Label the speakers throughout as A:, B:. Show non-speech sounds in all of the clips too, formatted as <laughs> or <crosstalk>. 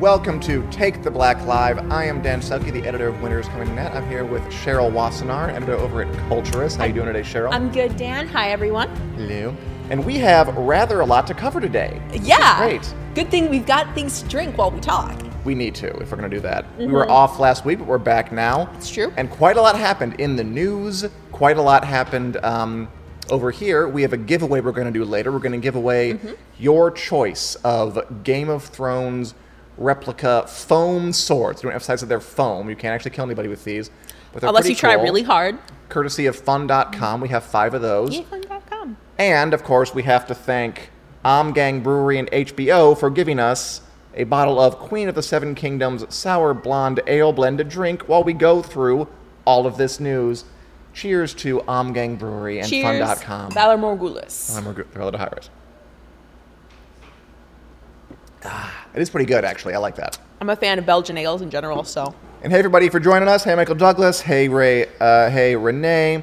A: Welcome to Take the Black Live. I am Dan Selke, the editor of Winners Coming Net. I'm here with Cheryl Wassenaar, editor over at Culturist. How you doing today, Cheryl?
B: I'm good, Dan. Hi, everyone.
A: Hello. And we have rather a lot to cover today. This is
B: Yeah.
A: Great.
B: Good thing we've got things to drink while we talk.
A: We need to if we're going to do that. We were off last week, but we're back now.
B: It's Mm-hmm. true.
A: And quite a lot happened in the news. Quite a lot happened um, over here. We have a giveaway we're going to do later. We're going to give away
B: Mm-hmm.
A: your choice of Game of Thrones replica foam swords. Don't emphasize that they're foam. You can't actually kill anybody with these. But they're
B: Unless
A: pretty
B: you try
A: cool.
B: really hard.
A: Courtesy of fun.com. We have five of those.
B: Yayfun.com.
A: And of course, we have to thank Omgang Brewery and HBO for giving us a bottle of Queen of the Seven Kingdoms sour blonde ale blend to drink while we go through all of this news. Cheers to Omgang Brewery and
B: Cheers.
A: Fun.com.
B: Valermorgulis.
A: I'm Margaret Perlita Harris. Ah, it is pretty good, actually. I like that.
B: I'm a fan of Belgian ales in general, so
A: And hey, everybody, for joining us. Hey, Michael Douglas. Hey, Ray. Uh, hey, Renee.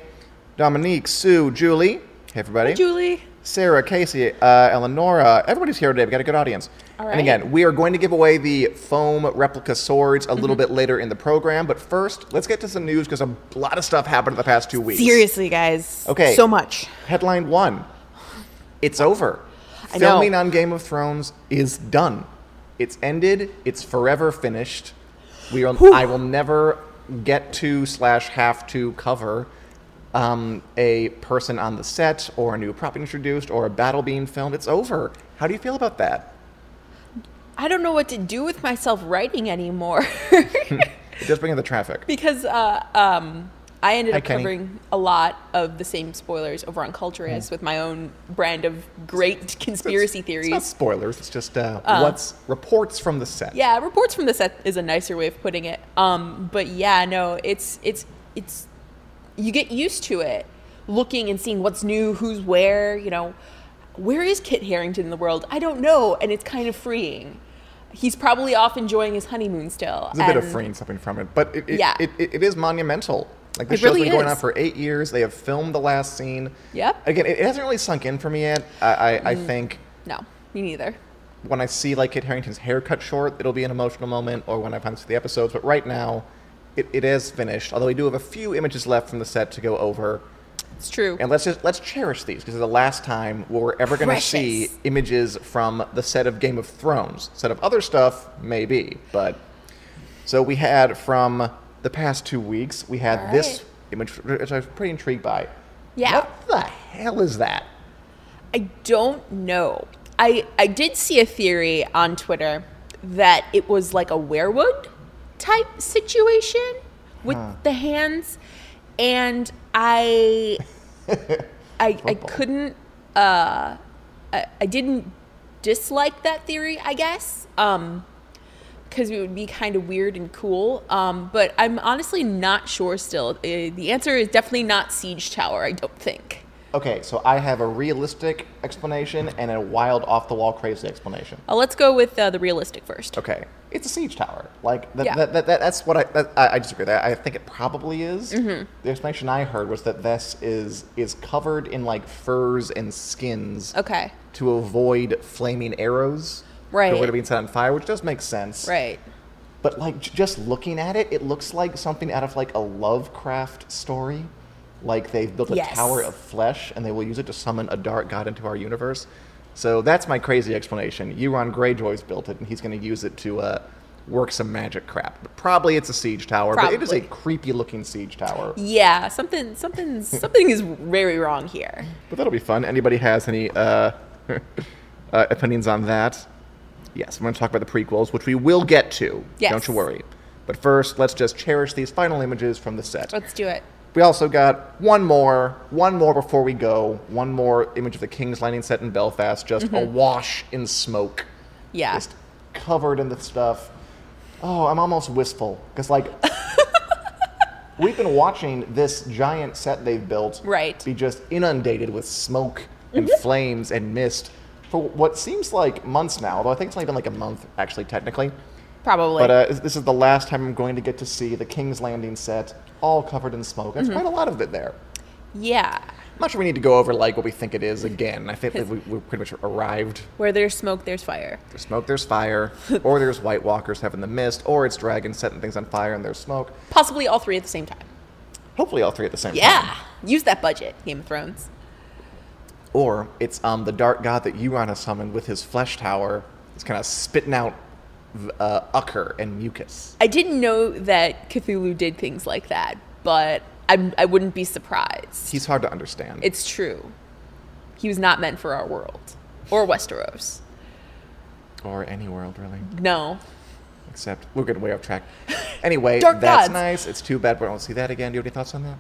A: Dominique, Sue, Julie. Hey, everybody.
B: Julie.
A: Sarah, Casey, uh, Eleonora, everybody's here today. We've got a good audience.
B: All
A: And
B: right.
A: again, we are going to give away the foam replica swords a
B: Mm-hmm.
A: little bit later in the program. But first, let's get to some news because a lot of stuff happened in the past two weeks.
B: Seriously, guys.
A: Okay.
B: So much.
A: Headline one It's over.
B: I know.
A: Filming on Game of Thrones is done. It's ended. It's forever finished. We are, I will never get to slash have to cover um, a person on the set or a new prop introduced or a battle being filmed. It's over. How do you feel about that?
B: I don't know what to do with myself writing anymore <laughs>
A: It does bring in the traffic.
B: because uh, um, I ended
A: Hi,
B: up
A: Kenny. Hmm.
B: covering a lot of the same spoilers over on Culturist with my own brand of
A: <laughs>
B: great conspiracy
A: It's-
B: theories.
A: It's not spoilers. It's just uh, what's reports from the set.
B: Yeah, reports from the set is a nicer way of putting it. Um, but yeah, no, it's it's it's you get used to it, looking and seeing what's new, who's where. You know, where is Kit Harrington in the world? I don't know, and it's kind of freeing. He's probably off enjoying his honeymoon still.
A: There's a bit of
B: and-
A: freeing something from it, but it, it,
B: Yeah.
A: it, it, it is monumental. Like the
B: It
A: show's
B: really
A: been going
B: is.
A: on for eight years. They have filmed the last scene.
B: Yep.
A: Again, it, it hasn't really sunk in for me yet. I, I, I
B: Mm.
A: think
B: No, me neither.
A: when I see like Kit Harrington's haircut short, it'll be an emotional moment, or when I find the episodes. But right now, it, it is finished. Although we do have a few images left from the set to go over,
B: It's true.
A: and let's just let's cherish these because they're the last time we're ever going to see
B: Precious.
A: images from the set of Game of Thrones. Set of other stuff, maybe, but so we had from the past two weeks, we had
B: All
A: this
B: right.
A: image, which I was pretty intrigued by.
B: Yeah.
A: What the hell is that?
B: I don't know. I I did see a theory on Twitter that it was like a werewood type situation with the hands, and I I, I
A: Football.
B: couldn't uh I, I didn't dislike that theory I guess um because it would be kind of weird and cool um but I'm honestly not sure still uh, the answer is definitely not siege tower I don't think
A: Okay, so I have a realistic explanation and a wild, off-the-wall, crazy explanation.
B: uh, let's go with uh, the realistic first
A: Okay, it's a siege tower. Like that,
B: Yeah.
A: that, that, that, that's what I, that, I I disagree. with That I think it probably is.
B: Mm-hmm.
A: The explanation I heard was that this is is covered in like furs and skins
B: okay
A: to avoid flaming arrows.
B: Right.
A: Avoid it being set on fire, which does make sense.
B: Right.
A: But like j- just looking at it, it looks like something out of like a Lovecraft story. Like they've built a
B: Yes.
A: tower of flesh and they will use it to summon a dark god into our universe. So that's my crazy explanation. Euron Greyjoy's built it and he's going to use it to uh, work some magic crap. But probably it's a siege tower, but it is a
B: Probably.
A: creepy looking siege tower.
B: Yeah, something <laughs> something something is very wrong here.
A: But that'll be fun. Anybody has any uh, <laughs> uh, opinions on that? Yes, I'm going to talk about the prequels, which we will get to.
B: Yes.
A: Don't you worry. But first, let's just cherish these final images from the set.
B: Let's do it.
A: We also got one more, one more before we go. One more image of the King's Landing set in Belfast, just awash in smoke,
B: Mm-hmm. Yeah.
A: just covered in the stuff. Oh, I'm almost wistful because
B: <laughs>
A: like we've been watching this giant set they've built
B: Right. Mm-hmm.
A: be just inundated with smoke and flames and mist for what seems like months now. Although I think it's only been like a month actually, technically.
B: Probably.
A: But uh, is- this is the
B: Mm-hmm.
A: last time I'm going to get to see the King's Landing set all covered in smoke. That's quite a lot of it there.
B: Yeah.
A: I'm not sure we need to go over like what we think it is again. I think that we, we pretty much arrived.
B: Where there's smoke, there's fire.
A: There's smoke, there's
B: <laughs>
A: fire, or there's White Walkers having the mist, or it's dragons setting things on fire and there's smoke.
B: Possibly all three at the same time.
A: Hopefully, all three at the same time.
B: Yeah. Use that budget, Game of Thrones.
A: Or it's um, the dark god that Urana summoned with his flesh tower. It's kind of spitting out uh, ucker and mucus.
B: I didn't know that Cthulhu did things like that, but I'm, I wouldn't be surprised.
A: He's hard to understand.
B: It's true. He was not meant for our world or Westeros.
A: or any world, really.
B: No.
A: Except we're getting way off track. Anyway,
B: <laughs> Dark
A: that's
B: gods.
A: nice. It's too bad we won't see that again. Do you have any thoughts on that?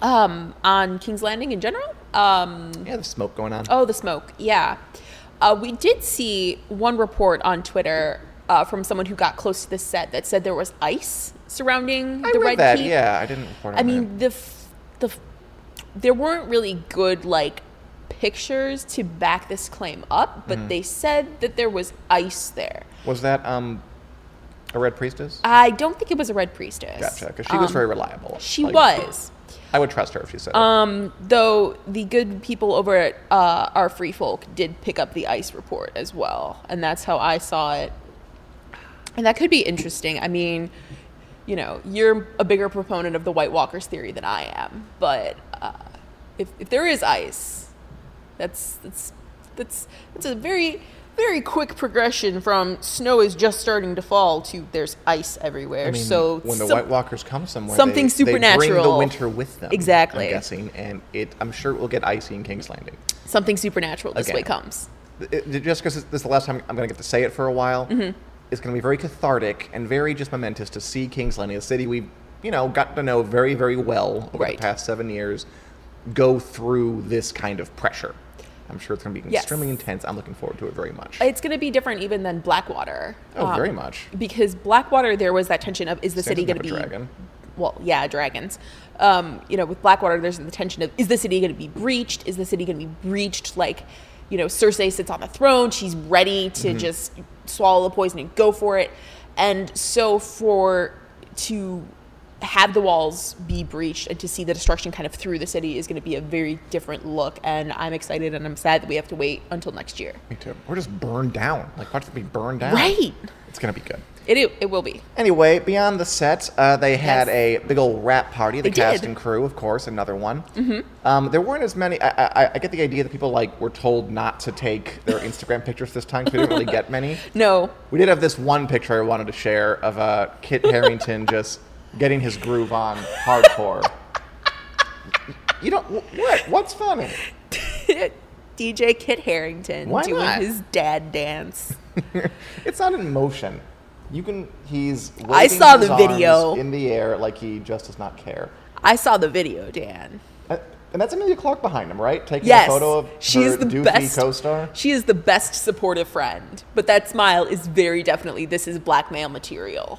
B: Um, on King's Landing in general? Um,
A: Yeah, there's smoke going on.
B: Oh, the smoke. Yeah. Uh, we did see one report on Twitter uh, from someone who got close to this set that said there was ice surrounding
A: I
B: the
A: read
B: Red
A: that.
B: Keep.
A: Yeah, I didn't report on
B: I
A: that.
B: mean, the f- the f- there weren't really good like pictures to back this claim up,
A: Mm-hmm.
B: but they said that there was ice there.
A: Was that um, a red priestess?
B: I don't think it was a red priestess.
A: Gotcha, because she was
B: Um,
A: very reliable.
B: She
A: Like,
B: was.
A: I would trust her if she said it.
B: Um, though the good people over at uh, our free folk did pick up the ice report as well, and that's how I saw it. And that could be interesting. I mean, you know, you're a bigger proponent of the White Walkers theory than I am, but uh, if, if there is ice, that's that's that's that's a very very quick progression from snow is just starting to fall to there's ice everywhere.
A: I mean,
B: so
A: when the
B: some-
A: White Walkers come somewhere,
B: something
A: they, They bring the
B: supernatural.
A: winter with them.
B: Exactly.
A: I'm guessing, and it. I'm sure it will get icy in King's Landing.
B: something supernatural this
A: Again.
B: way comes.
A: It- it- just because this is the last time I'm going to get to say it for a while,
B: Mm-hmm.
A: it's going to be very cathartic and very just momentous to see King's Landing, a city we've, you know, got to know very, very well over
B: Right.
A: the past seven years, go through this kind of pressure. I'm sure it's going to be
B: Yes.
A: extremely intense. I'm looking forward to it very much.
B: It's going to be different even than Blackwater.
A: oh,
B: um,
A: very much.
B: Because Blackwater, there was that tension of is the
A: Samson
B: city going to be
A: have a dragon?
B: well, yeah, dragons. Um, you know, with Blackwater, there's the tension of is the city going to be breached? Is the city going to be breached? Like, you know, Cersei sits on the throne; she's ready to
A: Mm-hmm.
B: just swallow the poison and go for it. And so, for to have the walls be breached and to see the destruction kind of through the city is going to be a very different look. And I'm excited, and I'm sad that we have to wait until next year.
A: Me too. Or just burned down. Like, watch it be burned down.
B: Right.
A: It's going to be good.
B: It, it, it will be.
A: Anyway, beyond the set, uh, they had a big old rap party. The
B: They
A: cast
B: did.
A: and crew, of course, another one. Mm-hmm. Um, there weren't as many. I, I, I get the idea that people like were told not to take their Instagram pictures this time. 'cause We didn't really get many.
B: No. <laughs>
A: We did have this one picture I wanted to share of uh, Kit Harrington just getting his groove on hardcore. You don't wh- what? What's funny?
B: DJ Kit Harrington
A: Why
B: doing
A: not?
B: his dad dance.
A: It's not in motion. You can. He's.
B: I
A: waving
B: saw
A: his
B: the
A: arms
B: video.
A: in the air like he just does not care.
B: I saw the video, Dan.
A: Uh, And that's Amelia Clark behind him, right? Taking
B: Yes,
A: a photo of
B: she
A: her
B: is the
A: doofy
B: best
A: co-star.
B: She is the best supportive friend, but that smile is very definitely this is blackmail material.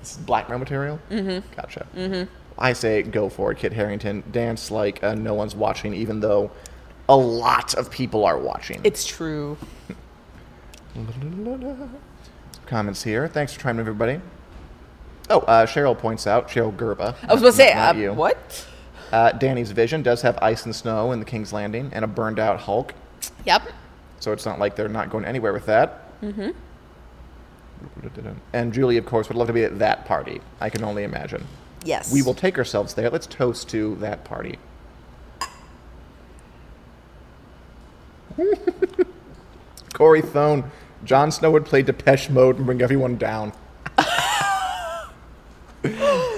A: This is blackmail material. Mm-hmm. Gotcha. Mm-hmm. I say go for it, Kit Harrington. Dance like uh, no one's watching, even though a lot of people are watching.
B: It's true.
A: Comments here. Thanks for trying, everybody. Oh, uh, Cheryl points out Cheryl Gerba.
B: I was gonna say,
A: not
B: uh,
A: you.
B: what?
A: Uh, Danny's vision does have ice and snow in the King's Landing and a burned out Hulk.
B: Yep.
A: So it's not like they're not going anywhere with that. Mm-hmm. And Julie, of course, would love to be at that party. I can only imagine.
B: Yes.
A: We will take ourselves there. Let's toast to that party. <laughs> Corey Thone, Jon Snow would play Depeche Mode and bring everyone down.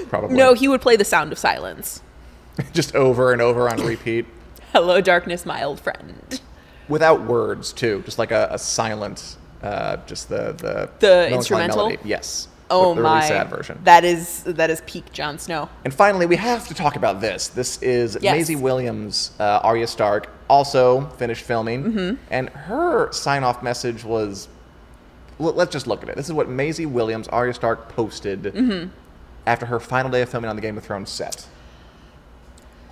A: Probably.
B: No, he would play the sound of silence.
A: <laughs> Just over and over on repeat.
B: Hello, darkness, my old friend.
A: without words too, just like a, a silent, uh, just the the,
B: The
A: melancholy
B: instrumental?
A: Yes.
B: Oh
A: the, the
B: my!
A: really sad version.
B: That is that is peak Jon Snow.
A: and finally, we have to talk about this. This is
B: Yes.
A: Maisie Williams, uh, Arya Stark, also finished filming,
B: Mm-hmm.
A: and her sign-off message was, l- "Let's just look at it. This is what Maisie Williams, Arya Stark, posted
B: Mm-hmm.
A: after her final day of filming on the Game of Thrones set."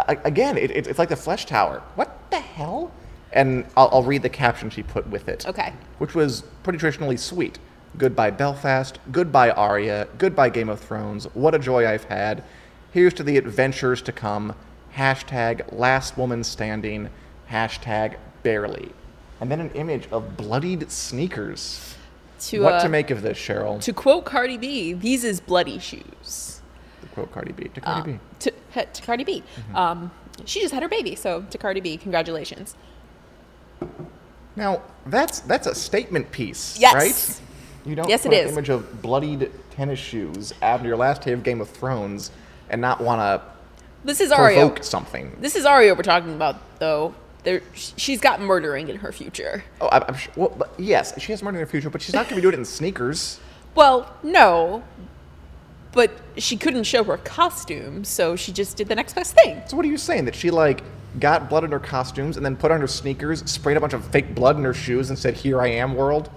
A: A- again, it, it, it's like the flesh tower. What the hell? And I'll, I'll read the caption she put with it.
B: Okay.
A: Which was pretty traditionally sweet. Goodbye, Belfast. Goodbye, Arya. Goodbye, Game of Thrones. What a joy I've had. Here's to the adventures to come. hashtag last woman standing, hashtag barely. And then an image of bloodied sneakers.
B: To,
A: what
B: uh,
A: to make of this, Cheryl?
B: to quote Cardi B, these is bloody shoes.
A: To quote Cardi B. To
B: Ah.
A: Cardi B. Mm-hmm.
B: To, he- to Cardi B. Um, she just had her baby, so to Cardi B, congratulations.
A: Now that's that's a statement piece,
B: Yes.
A: right? You don't
B: Yes,
A: put
B: it
A: an
B: is.
A: image of bloodied tennis shoes after your last day of Game of Thrones and not want to
B: This is Ario.
A: provoke something.
B: This is Ario we're talking about, though. There, sh- she's got murdering in her future.
A: Oh, I, I'm sure. Well, but yes, she has money in her future, but she's not going to be doing it in sneakers.
B: Well, no, but she couldn't show her costume, so she just did the next best thing.
A: So what are you saying that she like got blood in her costumes and then put on her sneakers, sprayed a bunch of fake blood in her shoes, and said, "Here I am, world."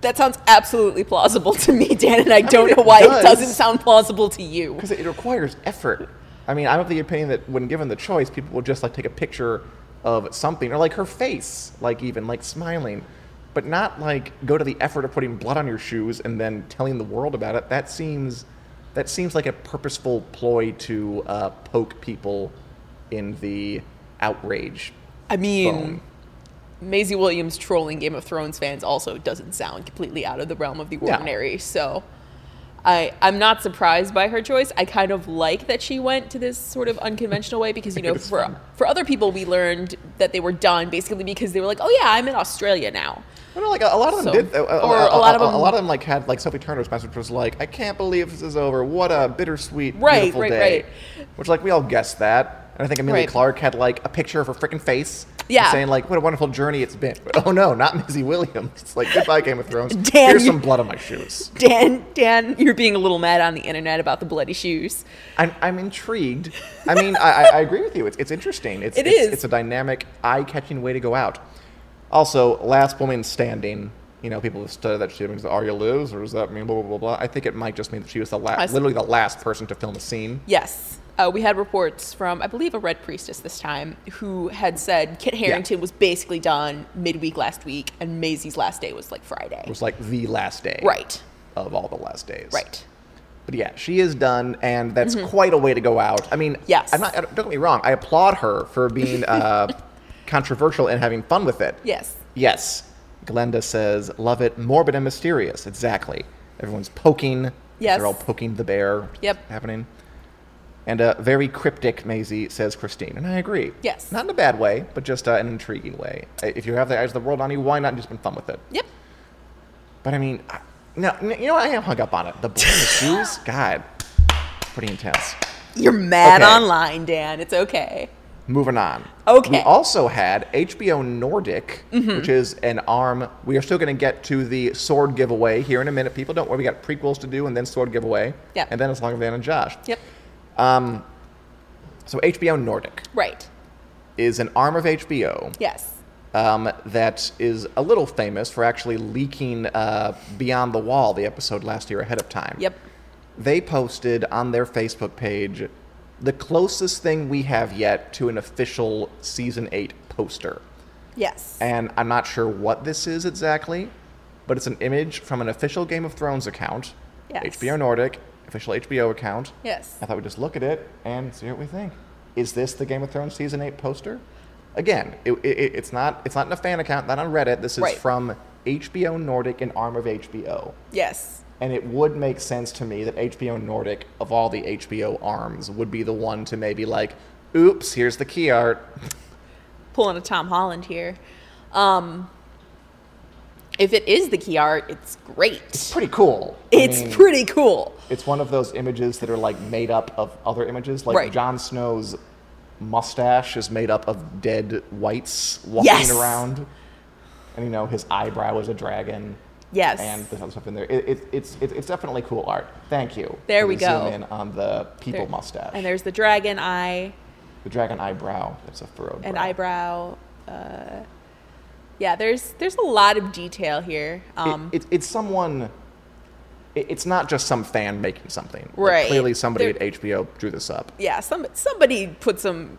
B: That sounds absolutely plausible to me, Dan, and I, don't
A: mean,
B: know
A: it
B: why
A: does.
B: it doesn't sound plausible to you.
A: Because it requires effort. I mean, I'm of the opinion that when given the choice, people will just like take a picture of something or like her face, like even like smiling, but not like go to the effort of putting blood on your shoes and then telling the world about it. That seems that seems like a purposeful ploy to uh, poke people in the outrage.
B: I mean,
A: Bone.
B: Maisie Williams trolling Game of Thrones fans also doesn't sound completely out of the realm of the ordinary. So I I'm not surprised by her choice. I kind of like that she went to this sort of unconventional way because you know
A: It's
B: for
A: fun.
B: for other people we learned that they were done basically because they were like, "Oh yeah, I'm in Australia now." <laughs>
A: I don't know, like a, a lot of them
B: So-
A: did. uh, uh,
B: or
A: uh,
B: a lot of
A: uh,
B: them-
A: A lot of them like had like Sophie Turner's message which was like, "I can't believe this is over. What a bittersweet,
B: Right,
A: beautiful
B: right,
A: day."
B: right.
A: Which like we all guessed that. And I think Amelia
B: Right.
A: Clark had like a picture of her freaking face,
B: Yeah.
A: saying like, "What a wonderful journey it's been." <laughs> But, oh no, not Missy Williams. It's like goodbye Game of
B: <laughs>
A: Thrones.
B: Damn
A: Here's
B: you.
A: some blood on my shoes.
B: Dan, Dan, you're being a little mad on the internet about the bloody shoes.
A: I'm, I'm intrigued.
B: <laughs>
A: I mean, I, I, I agree with you. It's, it's interesting. It's,
B: It
A: it's,
B: is.
A: It's a dynamic, eye-catching way to go out. Also, last woman standing. You know, people have studied that she means the Arya lives, or does that mean blah blah blah blah? I think it might just mean that she was the
B: I
A: last,
B: see.
A: literally the last person to film a scene.
B: Yes. Uh, we had reports from, I believe, a Red Priestess this time, who had said Kit Harrington was basically done midweek last week, and Maisie's last day was like Friday.
A: It was like the last day,
B: Right.
A: Of all the last days,
B: Right. Mm-hmm.
A: But yeah, she is done, and that's quite a way to go out. I mean,
B: Yes.
A: I'm not. Don't get me wrong. I applaud her for being uh,
B: <laughs>
A: controversial and having fun with it.
B: Yes.
A: Yes. Glenda says, love it, morbid and mysterious. Exactly. Everyone's poking.
B: Yes.
A: They're all poking the bear.
B: Yep.
A: Happening. And uh, very cryptic, Maisie, says Christine. And I agree.
B: Yes.
A: Not in a bad way, but just uh, an intriguing way. Uh, If you have the eyes of the world on you, why not just been fun with it?
B: Yep.
A: But I mean, I, no, no, you know what? I am hung up on it. The blood in
B: <laughs>
A: the shoes? God. Pretty intense.
B: You're mad
A: Okay.
B: online, Dan. It's okay.
A: Moving on.
B: Okay. Mm-hmm.
A: We also had HBO Nordic, which is an arm. We are still going to get to the sword giveaway here in a minute. People don't worry. We got prequels to do and then sword giveaway.
B: Yep.
A: And then it's Longer Than and Josh.
B: Yep.
A: So HBO Nordic
B: Right.
A: is an arm of HBO
B: Yes.
A: um, that is a little famous for actually leaking uh, Beyond the Wall, the episode last year ahead of time.
B: Yep.
A: They posted on their Facebook page the closest thing we have yet to an official season eight poster.
B: Yes.
A: and I'm not sure what this is exactly, but it's an image from an official Game of Thrones account,
B: Yes.
A: HBO Nordic, official HBO account.
B: yes.
A: I thought we'd just look at it and see what we think. Is this the Game of Thrones season eight poster? Again, it, it, it- it's not it's not in a fan account, not on Reddit. This is
B: Right.
A: from HBO Nordic, an arm of HBO.
B: Yes.
A: And it would make sense to me that HBO Nordic, of all the HBO arms, would be the one to maybe like, oops, here's the key art. <laughs>
B: Pulling a Tom Holland here. Um, if it is the key art, it's great. It's,
A: Pretty cool. I mean-
B: pretty cool.
A: It's one of those images that are like made up of other images. Like
B: Right.
A: Jon Snow's mustache is made up of dead whites walking
B: Yes.
A: around, and you know his eyebrow is a dragon,
B: Yes.
A: and there's other stuff in there. It, it, it's it, it's definitely cool art. Thank you.
B: There
A: Let
B: we
A: me
B: go.
A: Zoom in on the people
B: There-
A: mustache
B: And there's the dragon eye
A: the dragon eyebrow. That's a furrowed
B: and
A: brow.
B: eyebrow. Uh, yeah, there's there's a lot of detail here. Um,
A: it, it, it's someone. It, it's not just some fan making something. Like,
B: Right.
A: clearly, somebody
B: There-
A: at HBO drew this up.
B: yeah, some somebody put some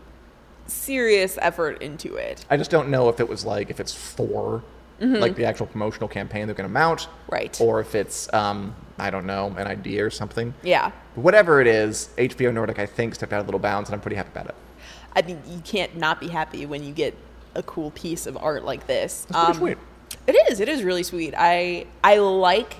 B: serious effort into it.
A: I just don't know if it was like if it's for like the actual promotional campaign they're going to mount,
B: Mm-hmm. Right.
A: Or if it's um, I don't know an idea or something.
B: Yeah.
A: Whatever it is, HBO Nordic I think stepped out of little bounds, and I'm pretty happy about it.
B: I mean, you can't not be happy when you get a cool piece of art like this. Um,
A: That's pretty sweet.
B: It is. It is really sweet. I I like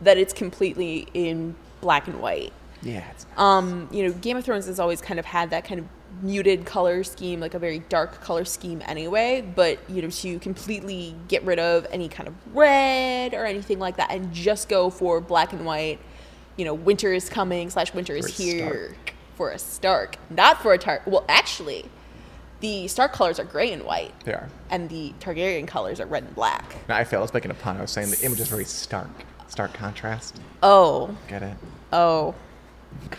B: that it's completely in black and white.
A: Yeah, it's nice.
B: Um, you know, Game of Thrones has always kind of had that kind of muted color scheme, like a very dark color scheme anyway, but you know, to completely get rid of any kind of red or anything like that and just go for black and white, you know, winter is coming slash winter is
A: For a
B: here
A: Stark.
B: for a Stark. Not for a Tar well actually the Stark colors are gray and white.
A: they are.
B: And the Targaryen colors are red and black.
A: Now, I failed. I was making a pun. I was saying the image is very stark. Stark contrast.
B: Oh,
A: Get it?
B: Oh,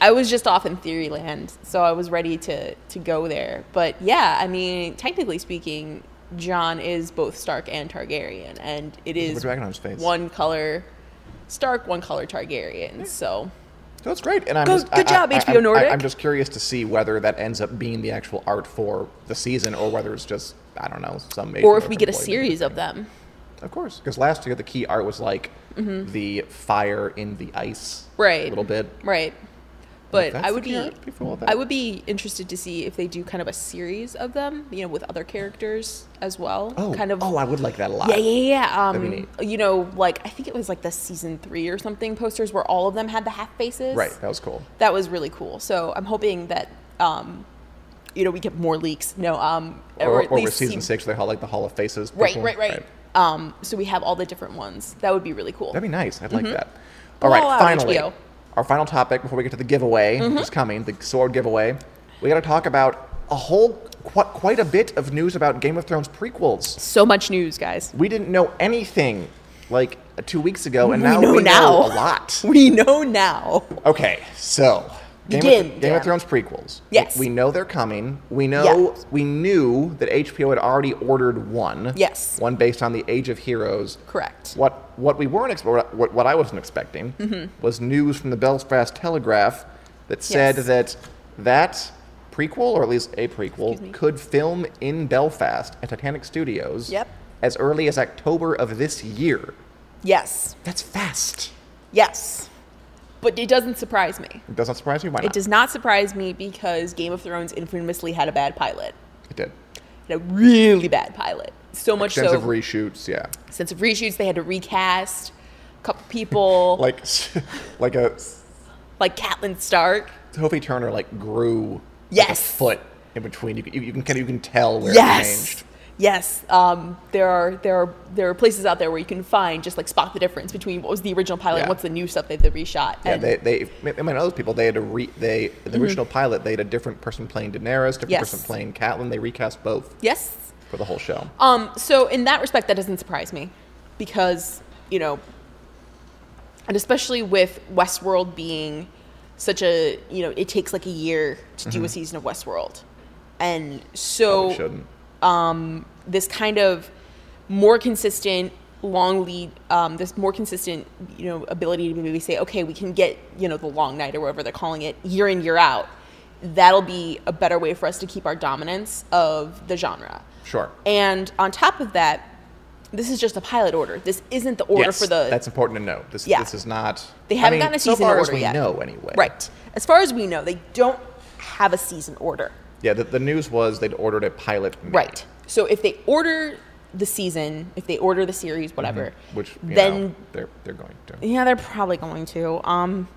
B: I was just off in theory land, so I was ready to to go there. But yeah, I mean, technically speaking, John is both Stark and Targaryen, and it
A: There's a
B: is
A: dragon on his face.
B: one color Stark, one color Targaryen. So
A: So it's great. And I'm
B: Go-
A: just,
B: good
A: I-
B: job,
A: I- I-
B: HBO
A: I'm- I-
B: Nordic.
A: I'm just curious to see whether that ends up being the actual art for the season or whether it's just, I don't know, some.
B: or
A: HBO
B: if we get a
A: employee.
B: series of them.
A: Of course. Because last year the key art was like the fire in the ice.
B: Mm-hmm. Right.
A: A little bit.
B: Right. But
A: that's
B: I
A: the
B: would be
A: character for all that.
B: I would be interested to see if they do kind of a series of them, you know, with other characters as well.
A: Oh,
B: kind of
A: oh, I would like that a lot.
B: Yeah, yeah, yeah.
A: That'd be
B: Um, you know, like I think it was like the season three or something posters where all of them had the half faces.
A: Right. That was cool.
B: That was really cool. So I'm hoping that, um, you know, we get more leaks. No, um,
A: Or,
B: at
A: or with
B: least
A: season
B: see-
A: six, they had like the Hall of Faces.
B: Right,
A: people.
B: right, right, Um, so we have all the different ones. That would be really cool.
A: That'd be nice. I'd
B: Mm-hmm.
A: like that. All right,
B: Blow out
A: finally,
B: HBO.
A: our final topic before we get to the giveaway, which
B: Mm-hmm.
A: is coming, the sword giveaway. We got to talk about a whole, qu- quite a bit of news about Game of Thrones prequels.
B: so much news, guys. <laughs>
A: We didn't know anything like two weeks ago, and
B: We
A: now
B: know
A: we
B: now.
A: know a lot.
B: We know now.
A: Okay, so Game,
B: Begin,
A: of, Game
B: Dan.
A: of Thrones prequels.
B: Yes.
A: we, we know they're coming. We know
B: Yeah.
A: we knew that HBO had already ordered one.
B: Yes.
A: one based on the Age of Heroes.
B: Correct.
A: What what we weren't ex- what, what I wasn't expecting
B: Mm-hmm.
A: was news from the Belfast Telegraph that said
B: Yes.
A: that that prequel or at least a
B: Excuse me.
A: prequel could film in Belfast at Titanic Studios.
B: Yep.
A: As early as October of this year.
B: Yes.
A: That's fast.
B: Yes. But it doesn't surprise me.
A: It doesn't surprise me. Why not?
B: It does not surprise me because Game of Thrones infamously had a bad pilot.
A: It did.
B: Had a really bad pilot. So much
A: Sense
B: so
A: of reshoots. Yeah.
B: sense of reshoots. They had to recast a couple people, like,
A: <laughs> like like a
B: Catelyn Stark.
A: Sophie Turner like grew like a
B: Yes.
A: foot in between. You can you, you can kind of, you can tell where it
B: yes,
A: changed.
B: yes. Um, there are there are there are places out there where you can find just like spot the difference between what was the original pilot and
A: Yeah.
B: what's the new stuff that they reshot.
A: Yeah,
B: and Mm-hmm.
A: they they I mean those people they had to re they in the original pilot they had a different person playing Daenerys, different
B: Yes.
A: person playing Catelyn. They recast both
B: yes.
A: for the whole show.
B: Um, so in that respect, that doesn't surprise me because you know, and especially with Westworld being such a you know, it takes like a year to do a season of Westworld, and so
A: Mm-hmm. Probably shouldn't.
B: this kind of more consistent long lead um, this more consistent you know ability to maybe say okay we can get you know the long night or whatever they're calling it year in year out that'll be a better way for us to keep our dominance of the genre
A: Sure.
B: and on top of that this is just a pilot order this isn't the order
A: Yes,
B: for the
A: that's important to note. This
B: Yeah.
A: this is not
B: They
A: I
B: haven't
A: mean,
B: gotten a
A: so
B: season
A: far as
B: order
A: we
B: yet.
A: know anyway.
B: right as far as we know they don't have a season order
A: Yeah. The, the news was they'd ordered a pilot. made.
B: Right. So if they order the season, if they order the series, whatever,
A: Mm-hmm. Which you
B: then
A: know, they're they're going to.
B: yeah, they're probably going to. Um,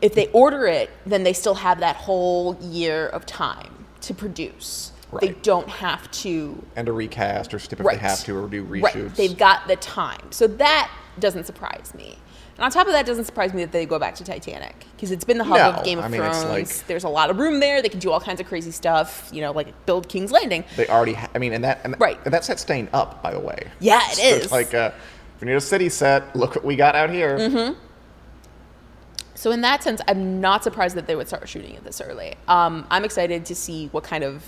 B: if they order it, then they still have that whole year of time to produce. They
A: Right.
B: don't have to
A: And a recast or skip if
B: Right.
A: they have to or do reshoots.
B: Right. They've got the time. So that doesn't surprise me. And on top of that, it doesn't surprise me that they go back to Titanic because it's been the hub
A: No,
B: of Game of
A: I mean, it's
B: Thrones.
A: like-
B: There's a lot of room there. They can do all kinds of crazy stuff, you know, like build King's Landing.
A: They already. Ha- I mean, and that and
B: Right.
A: And that set's staying up, by the way. <laughs>
B: Yeah, it
A: it is.
B: is.
A: like, uh, if you need a city set, <laughs> look what we got out here.
B: Mm-hmm. So in that sense, I'm not surprised that they would start shooting it this early. Um, I'm excited to see what kind of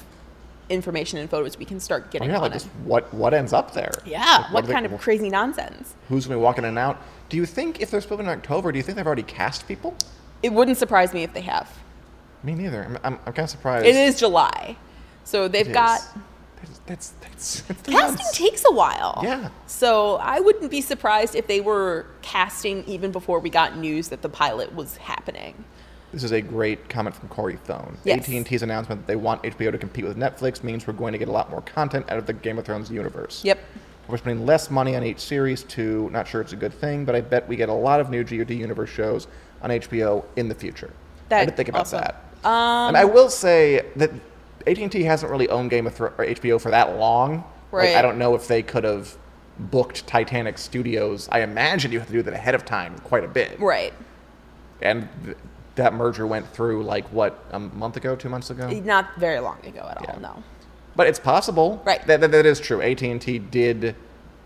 B: information and photos we can start
A: Oh,
B: getting
A: yeah,
B: on
A: like
B: it.
A: just what what ends up there?
B: yeah,
A: Like,
B: what
A: are they-
B: kind of crazy nonsense?
A: who's gonna be walking in and out? Do you think if they're supposed to be in October, do you think they've already cast people?
B: It wouldn't surprise me if they have.
A: Me neither. I'm, I'm, I'm kind of surprised.
B: It is July, so they've
A: It is.
B: got
A: That is- That's that's. <laughs> that's three
B: casting
A: months.
B: takes a while.
A: Yeah.
B: So I wouldn't be surprised if they were casting even before we got news that the pilot was happening.
A: This is a great comment from Corey Thone.
B: Yes.
A: AT&T's announcement that they want HBO to compete with Netflix means we're going to get a lot more content out of the Game of Thrones universe.
B: Yep.
A: We're spending less money on each series too. Not sure it's a good thing, but I bet we get a lot of new GOD universe shows on HBO in the future. I
B: That
A: didn't think about
B: also-
A: that.
B: Um,
A: and I will say that AT&T hasn't really owned Game of Thro- or HBO for that long. Like, I
B: Right.
A: don't know if they could have booked Titanic Studios. I imagine you have to do that ahead of time quite a bit.
B: Right.
A: And th- that merger went through like what a month ago, two months ago.
B: Not very long ago at all.
A: Yeah.
B: No.
A: But it's possible.
B: Right.
A: That, that, that is true. AT and T did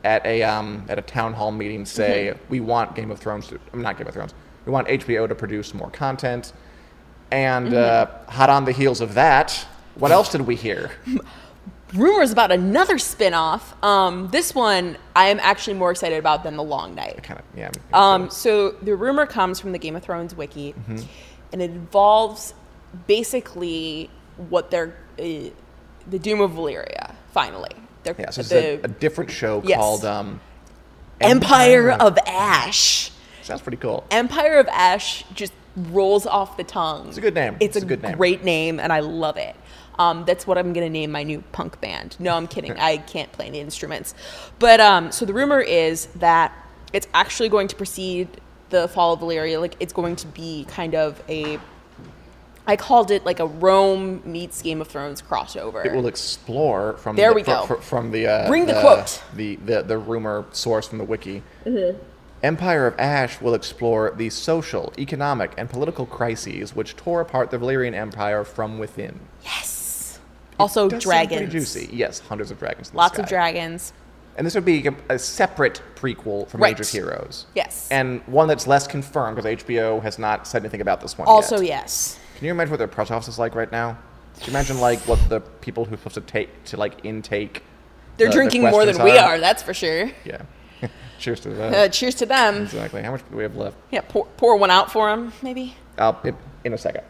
A: at a um, at a town hall meeting say
B: Mm-hmm.
A: we want Game of Thrones. To, I'm not Game of Thrones. We want HBO to produce more content.
B: Mm-hmm.
A: And uh, hot on the heels of that, what else did we
B: <laughs>
A: hear?
B: Rumors about another spinoff. Um, this one I am actually more excited about than The Long Night.
A: kind of yeah.
B: Um, so the rumor comes from the Game of Thrones wiki,
A: Mm-hmm.
B: and it involves basically what they're uh, the Doom of Valyria. Finally, they're,
A: yeah. So it's a,
B: the
A: a different show
B: Yes.
A: called um,
B: Empire of Ash.
A: Sounds pretty cool.
B: Empire of Ash just rolls off the tongue. It's
A: a good name.
B: It's,
A: It's
B: a,
A: a good name.
B: great name, and I love it. Um, that's what I'm gonna name my new punk band. No, I'm
A: <laughs>
B: kidding. I can't play any instruments. But um, so the rumor is that it's actually going to precede the Fall of Valyria. Like it's going to be kind of a. I called it like a Rome meets Game of Thrones crossover.
A: It will explore from
B: There
A: the,
B: we
A: fr-
B: go.
A: fr- from the uh,
B: Bring the quote. Mm-hmm.
A: the, the the rumor source from the wiki. Empire of Ash will explore the social, economic, and political crises which tore apart the Valyrian Empire from within.
B: yes. Also
A: Does sound pretty
B: dragons.
A: juicy. Yes, hundreds of dragons. in the
B: Lots of
A: sky.
B: dragons.
A: And this would be a, a separate prequel from
B: Right.
A: Age of Heroes.
B: Yes.
A: And one that's less confirmed because HBO has not said anything about this one.
B: Also
A: yet.
B: yes.
A: Can you imagine what their press office is like right now? Can you imagine like what the people who are supposed to take to like intake?
B: They're
A: the- the
B: drinking more than
A: questions
B: we are. That's for sure.
A: Yeah. <laughs> Cheers to
B: <laughs>
A: that.
B: Uh, cheers to them.
A: exactly. How much do we have left?
B: Yeah, pour, pour one out for them, maybe.
A: I'll in, in a
B: <laughs>
A: second.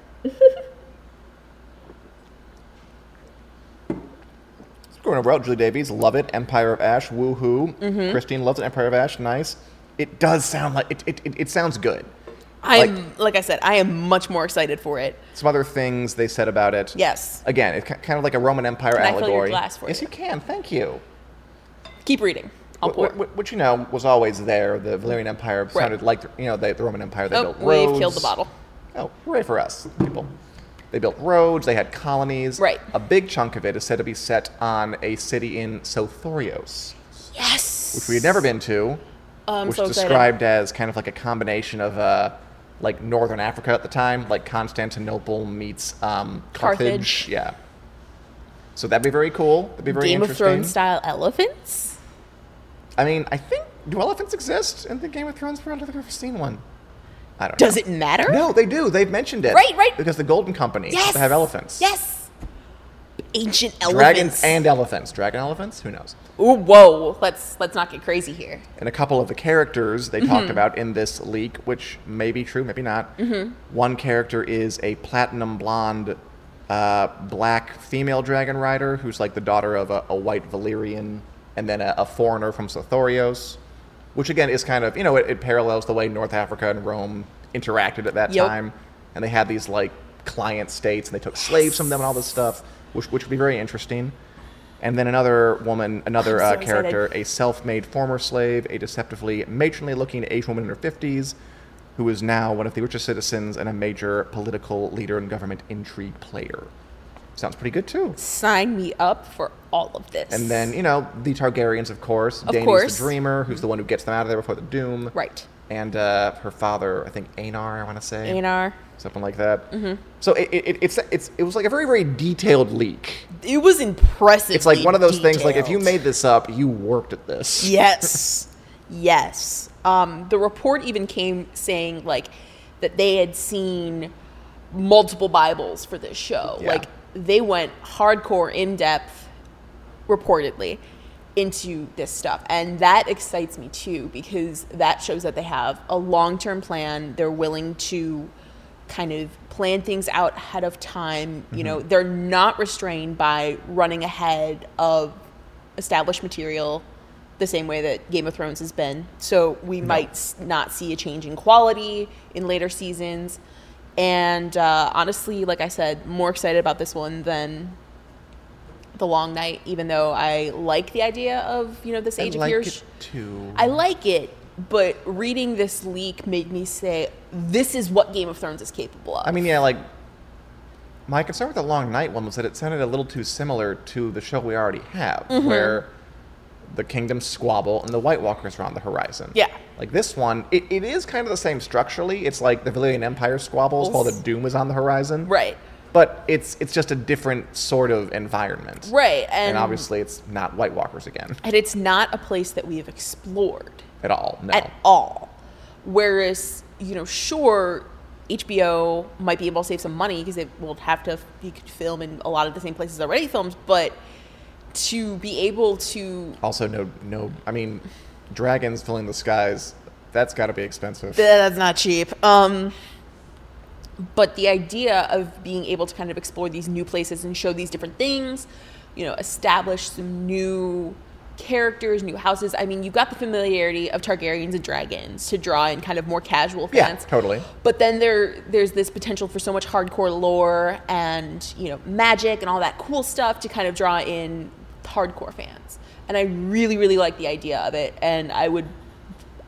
A: Score in a row. Julie Davies, love it. Empire of Ash, woohoo.
B: Mm-hmm.
A: Christine loves it. Empire of Ash, nice. It does sound like it. It, it, it sounds good.
B: I'm like, I said, I am much more excited for it.
A: Some other things they said about it.
B: Yes.
A: Again, it's ki- kind of like a Roman Empire
B: Can I fill your
A: allegory.
B: glass for
A: yes,
B: you?
A: you can. Thank you.
B: Keep reading. I'll
A: Wh-
B: pour.
A: wh- wh- Which you know was always there. The Valyrian Empire sounded like the, you know the, the Roman Empire. They
B: oh,
A: built roads.
B: we've killed the bottle.
A: Oh, hooray for us, people. They built roads, they had colonies.
B: Right.
A: A big chunk of it is said to be set on a city in Sothorios,
B: Yes.
A: which we had never been to,
B: Um,
A: which
B: so
A: is
B: excited.
A: described as kind of like a combination of uh, like northern Africa at the time, like Constantinople meets um, Carthage.
B: Carthage.
A: Yeah. So that'd be very cool. That'd be very
B: Game of
A: interesting.
B: Thrones style elephants.
A: I mean, I think do elephants exist in the Game of Thrones world? I think I've never seen one. I don't know.
B: Does it matter?
A: No, they do. They've mentioned it.
B: Right, right.
A: Because the Golden Company
B: Yes.
A: they have elephants.
B: Yes. Ancient elephants.
A: Dragons and elephants. Dragon elephants? Who knows?
B: Ooh, whoa. Let's let's not get crazy here.
A: And a couple of the characters they talked about in this leak, which may be true, maybe not. One character is a platinum blonde, uh, black female dragon rider who's like the daughter of a, a white Valyrian and then a, a foreigner from Sothorios, which again is kind of, you know, it, it parallels the way North Africa and Rome interacted at that
B: Yep.
A: time. And they had these like client states and they took slaves from them and all this stuff, which, which would be very interesting. And then another woman, another
B: I'm
A: uh,
B: so
A: character, a self made former slave, a deceptively matronly looking Asian woman in her 50s, who is now one of the richest citizens and a major political leader and government intrigue player. Sounds pretty good, too.
B: Sign me up for all of this.
A: And then, you know, the Targaryens, of course. Of Daenerys
B: course.
A: the Dreamer, who's the one who gets them out of there before the doom.
B: Right.
A: And uh, her father, I think Aenar, I want to say.
B: Anar.
A: Something like that. Mm-hmm. So it, it, it- it's, it's, it was like a very, very detailed leak.
B: It was impressive.
A: It's like one of those things, like, if you made this up, you worked at this.
B: Yes. yes. Um, the report even came saying like that they had seen multiple Bibles for this show.
A: Yeah.
B: Like they went hardcore in depth reportedly into this stuff. And that excites me too because that shows that they have a long term plan. They're willing to kind of plan things out ahead of time. You know, they're not restrained by running ahead of established material the same way that Game of Thrones has been. So we might s- not see a change in quality in later seasons. And uh, honestly, like I said, more excited about this one than the long night. Even though I like the idea of you know this
A: I
B: age of
A: like
B: yours,
A: it too.
B: I like it. But reading this leak made me say, this is what Game of Thrones is capable of.
A: I mean, yeah, like my concern with the Long Night one was that it sounded a little too similar to the show we already have,
B: Mm-hmm.
A: where the kingdoms squabble and the White Walkers are on the horizon.
B: Yeah.
A: Like this one, it, it is kind of the same structurally. It's like the Valyrian Empire squabbles while the Doom is on the horizon.
B: right,
A: But it's it's just a different sort of environment.
B: right,
A: And,
B: and
A: obviously, it's not White Walkers again
B: and it's not a place that we have explored.
A: at all. No.
B: at all. Whereas, you know, sure, HBO might be able to save some money because it will have to you could film in a lot of the same places already films, but to be able to
A: also, no, no. I mean, dragons filling the skies. That's got to be expensive.
B: that's not cheap. Um but the idea of being able to kind of explore these new places and show these different things, you know, establish some new characters, new houses. I mean, you've got the familiarity of Targaryens and dragons to draw in kind of more casual
A: yeah,
B: fans.
A: totally.
B: But then there there's this potential for so much hardcore lore and you know magic and all that cool stuff to kind of draw in hardcore fans. And I really really like the idea of it. And I would,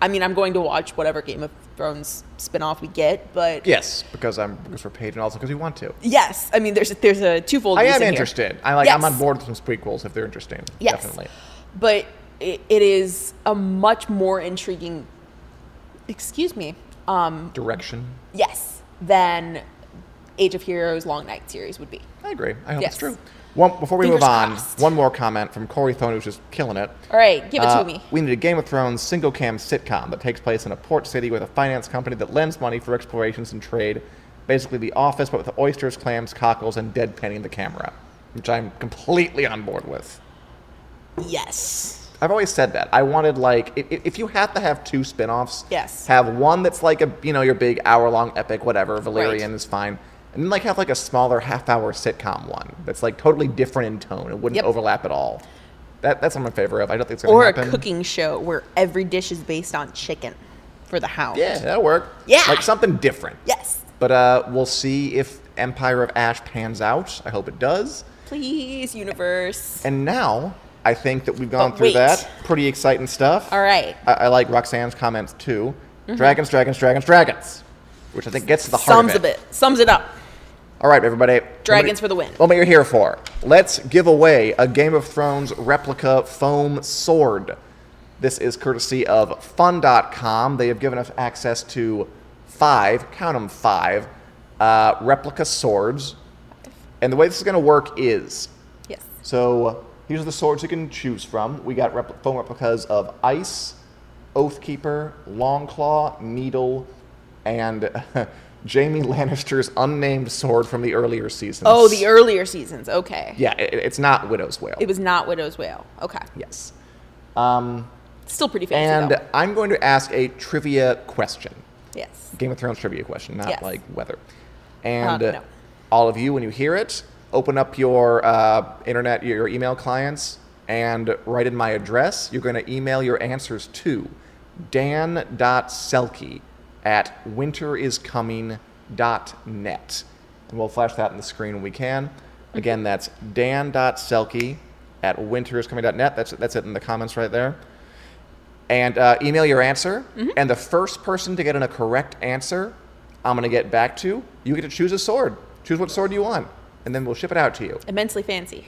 B: I mean, I'm going to watch whatever Game of Thrones spinoff we get. But
A: Yes, because I'm because we're paid and also because we want to.
B: yes, I mean, there's there's a twofold.
A: I am
B: reason here.
A: interested. I like. I'm
B: Yes.
A: on board with some prequels if they're interesting.
B: Yes.
A: Definitely.
B: But it, it is a much more intriguing. Excuse me. Um,
A: Direction.
B: yes, than Age of Heroes Long Night series would be.
A: I agree. I hope
B: Yes.
A: it's true. One, before we
B: Fingers
A: move on,
B: crossed.
A: one more comment from Corey Thone, who's just killing it.
B: All right, give it
A: Uh,
B: to me.
A: We need a Game of Thrones single cam sitcom that takes place in a port city with a finance company that lends money for explorations and trade. Basically, The Office, but with oysters, clams, cockles, and deadpanning the camera, which I'm completely on board with.
B: Yes.
A: I've always said that. I wanted like i- i- if you have to have two spin-offs,
B: Yes.
A: have one that's like a you know your big hour-long epic whatever, Valerian is fine. And then like have like a smaller half-hour sitcom one that's like totally different in tone. It wouldn't
B: Yep.
A: overlap at all. That that's what I'm in favor of. I don't think it's going to
B: Or
A: happen.
B: a cooking show where every dish is based on chicken for the house.
A: Yeah, that'll work.
B: Yeah.
A: Like something different.
B: Yes.
A: But uh we'll see if Empire of Ash pans out. I hope it does.
B: Please, universe.
A: And now I think that we've gone
B: But
A: through
B: wait.
A: that. Pretty exciting stuff.
B: All right.
A: I, I like Roxanne's comments too. Dragons, dragons, dragons, dragons, which I think gets to the heart
B: Mm-hmm. Sums
A: of
B: of
A: it.
B: it. Sums it up.
A: All right, everybody.
B: Dragons for the win.
A: What you're here for? Let's give away a Game of Thrones replica foam sword. This is courtesy of Fun.com. They have given us access to five, count them five, uh, replica swords. And the way this is going to work is
B: Yes.
A: so here's the swords you can choose from. We got repl- foam replicas of Ice, Oathkeeper, Longclaw, Needle, and <laughs> Jamie Lannister's unnamed sword from the earlier seasons.
B: Oh, the earlier seasons. Okay.
A: yeah, it, it's not Widow's Wail.
B: It was not Widow's Wail. Okay.
A: yes. Um,
B: Still pretty fancy
A: and uh,
B: though.
A: I'm going to ask a trivia question.
B: Yes.
A: Game of Thrones trivia question, not
B: Yes. Uh,
A: like weather. And uh,
B: no.
A: all of you, when you hear it, open up your uh, internet, your email clients, and write in my address. You're going to email your answers to dan.selke at winteriscoming.net. And we'll flash that on the screen when we can.
B: Mm-hmm.
A: Again, that's dan.selke at winteriscoming.net. That's, that's it in the comments right there and uh, email your answer. And the first person to get in a correct answer, I'm going to get back to. You get to choose a sword. Choose what sword you want, and then we'll ship it out to you.
B: Immensely fancy.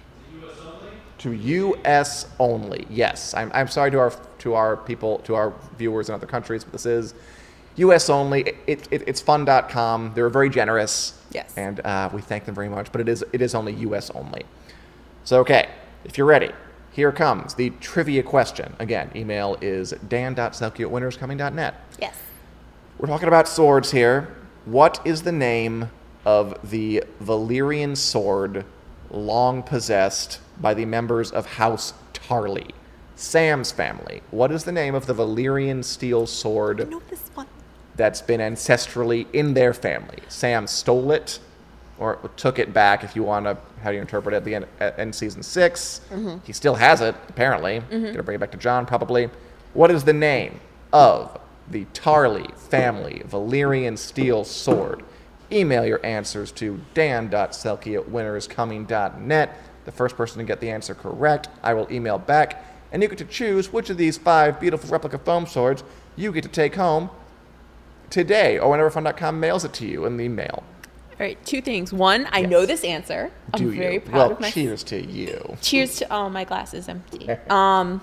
A: To U.S. only. Yes, I'm, I'm sorry to our to our people to our viewers in other countries, but this is U.S. only. It, it, it's fun.com. They're very generous.
B: Yes.
A: and uh, we thank them very much. But it is it is only U.S. only. So, okay, if you're ready, here comes the trivia question. Again, email is dan.selke at winnerscoming.net.
B: Yes.
A: We're talking about swords here. What is the name of the Valyrian sword long possessed by the members of House Tarly? Sam's family. What is the name of the Valyrian steel
B: I
A: sword
B: know this one.
A: that's been ancestrally in their family? Sam stole it or took it back, if you want to, how do you interpret it at the end, at end season 6 He still has it, apparently. Gonna bring it back to John, probably. What is the name of the Tarly family Valyrian steel sword? Email your answers to dan.selke at winneriscoming.net. The first person to get the answer correct, I will email back, and you get to choose which of these five beautiful replica foam swords you get to take home today. or ONEverFun.com mails it to you in the mail.
B: All right, two things. One, I know
A: Yes.
B: this answer.
A: Do
B: I'm very
A: you?
B: proud
A: well,
B: of my
A: cheers to you.
B: Cheers to oh my glass
A: <laughs>
B: is empty. Um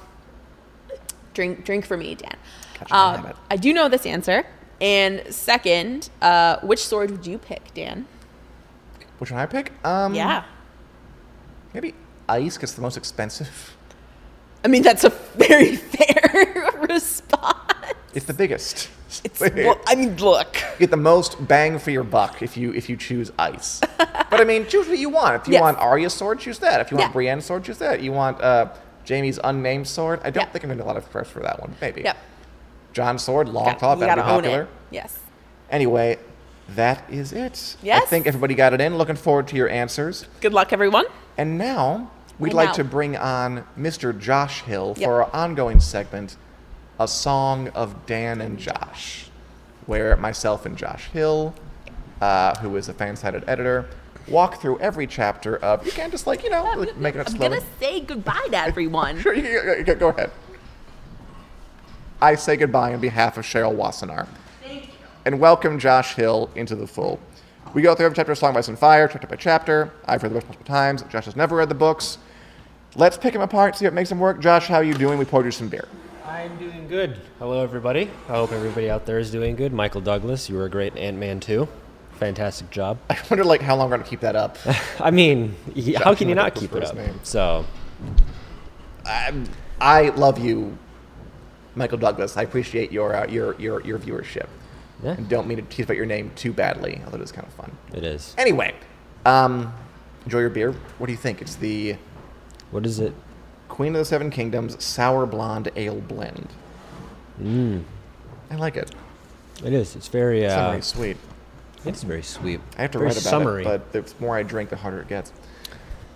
B: drink drink for me, Dan.
A: Catch my
B: Uh,
A: habit.
B: I do know this answer. And second, uh, which sword would you pick, Dan?
A: Which one I pick? Um,
B: yeah.
A: Maybe ice, because it's the most expensive. <laughs>
B: I mean that's a very <laughs> fair response.
A: It's the biggest. <laughs>
B: It's well, I mean look.
A: get the most bang for your buck if you if you choose
B: <laughs>
A: ice. but I mean, choose what you want. If you
B: Yes.
A: want Arya's sword, choose that. If you want
B: Yeah.
A: Brienne's sword, choose that. You want uh, Jamie's unnamed sword. I don't
B: Yeah.
A: think I'm going to a lot of press for that one. Maybe.
B: Yep.
A: John's sword, long
B: got-
A: thought,
B: you
A: that'd be
B: gotta own it.
A: popular.
B: Yes.
A: Anyway, that is it. I
B: Yes.
A: think everybody got it in. Looking forward to your answers.
B: Good luck everyone.
A: And now we'd
B: And
A: like
B: now-
A: to bring on Mr. Josh Hill
B: Yep.
A: for our ongoing segment, A Song of Dan and Josh, where myself and Josh Hill, uh, who is a fan sided editor, walk through every chapter of, you can't just like, you know, like making it
B: I'm
A: slow.
B: gonna say goodbye to everyone.
A: Sure, you- you- you- go ahead. I say goodbye on behalf of Cheryl Wassenaar.
B: Thank you.
A: And welcome Josh Hill into the full. We go through every chapter of Song by Ice and Fire, chapter by chapter. I've read the books multiple times. Josh has never read the books. Let's pick them apart, see what makes them work. Josh, how are you doing? We poured you some beer. <laughs>
C: I'm doing good. Hello, everybody. I hope everybody out there is doing good. Michael Douglas, you were a great Ant Man too. Fantastic job. <laughs>
A: I wonder, like, how long we're gonna keep that up.
C: I mean, y how can
A: Michael
C: you not
A: Douglas
C: keep
A: for
C: it
A: his
C: up?
A: name.
C: So,
A: I love you, Michael Douglas. I appreciate your uh, your your your viewership.
C: Yeah.
A: And don't mean to tease about your name too badly, although it is kind of fun.
C: it is.
A: Anyway, um, enjoy your beer. What do you think? It's the
C: What is it?
A: Queen of the Seven Kingdoms Sour Blonde Ale Blend. Mm. I like it.
C: It is. It's very.
A: It's
C: Uh,
A: very sweet.
C: it's very sweet.
A: I have to
C: very
A: write about
C: summary.
A: it, but the more I drink, the harder it gets.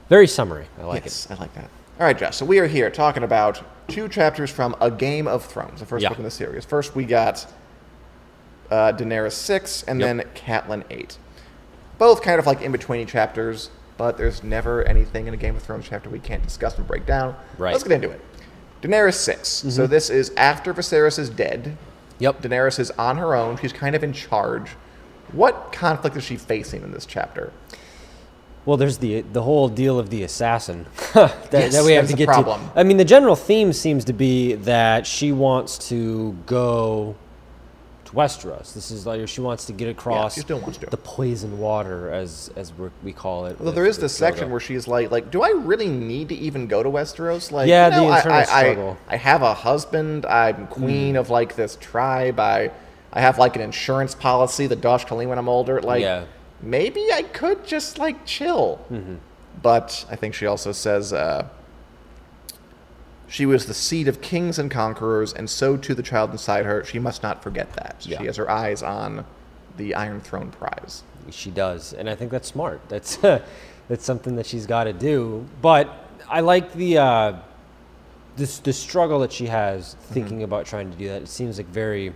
C: very summary. I like
A: yes, I like that. All right, Josh. So we are here talking about two chapters from A Game of Thrones, the first
C: Yeah.
A: book in the series. First, we got uh, Daenerys six, and
C: Yep.
A: then Catelyn eight. Both kind of like in between chapters, but there's never anything in a Game of Thrones chapter we can't discuss and break down.
C: Right. Mm-hmm.
A: Let's get into it. Daenerys 6 So this is after Viserys is dead.
C: it. Yep.
A: Daenerys is on her own. She's kind of in charge. What conflict is she facing in this chapter?
C: Well, there's the the whole deal of the assassin <laughs> that,
A: Yes,
C: that we have
A: that's
C: to
A: a
C: get
A: problem.
C: to. I mean, the general theme seems to be that she wants to go to Westeros. This is like she wants to get across
A: she still wants to.
C: the poison water, as as we're, we call it.
A: Although there is this section where she's like, like, do I really need to even go to Westeros? Like,
C: Yeah,
A: you know,
C: the
A: I-
C: internal
A: I, I,
C: struggle.
A: I, have a husband. I'm queen of like this tribe. I, I have like an insurance policy that Dosh Colleen when I'm older. Like,
C: Yeah. Mm-hmm.
A: maybe I could just like chill. But I think she also says uh, she was the seed of kings and conquerors, and so too the child inside her. She must not forget that.
C: Yeah.
A: She has her eyes on the Iron Throne prize.
C: she does, and I think that's smart. That's <laughs> that's something that she's got to do. But I like the uh, this the struggle that she has
A: Mm-hmm.
C: thinking about trying to do that. It seems like very.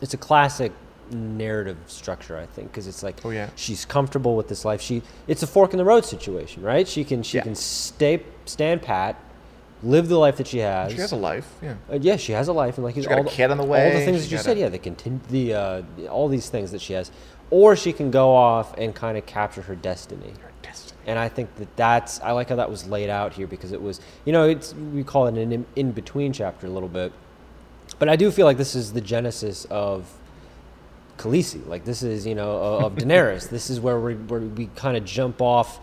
C: It's a classic narrative structure, I think, because it's like
A: Oh, yeah.
C: she's comfortable with this life. She it's a fork in the road situation, right? She can she
A: Yeah.
C: can stay stand pat, live the life that she has.
A: She has a life. Yeah.
C: Uh, yeah, she has a life, and like she's
A: got a
C: all the,
A: kid on the
C: All
A: way,
C: the things
A: she
C: that you
A: got
C: said,
A: a-
C: yeah, the contin- the uh, all these things that she has, or she can go off and kind of capture her destiny. And I think that that's I like how that was laid out here because it was you know it's we call it an in, in between chapter a little bit, but I do feel like this is the genesis of Khaleesi. Like this is you know o- of Daenerys. this is where we where we kind of jump off,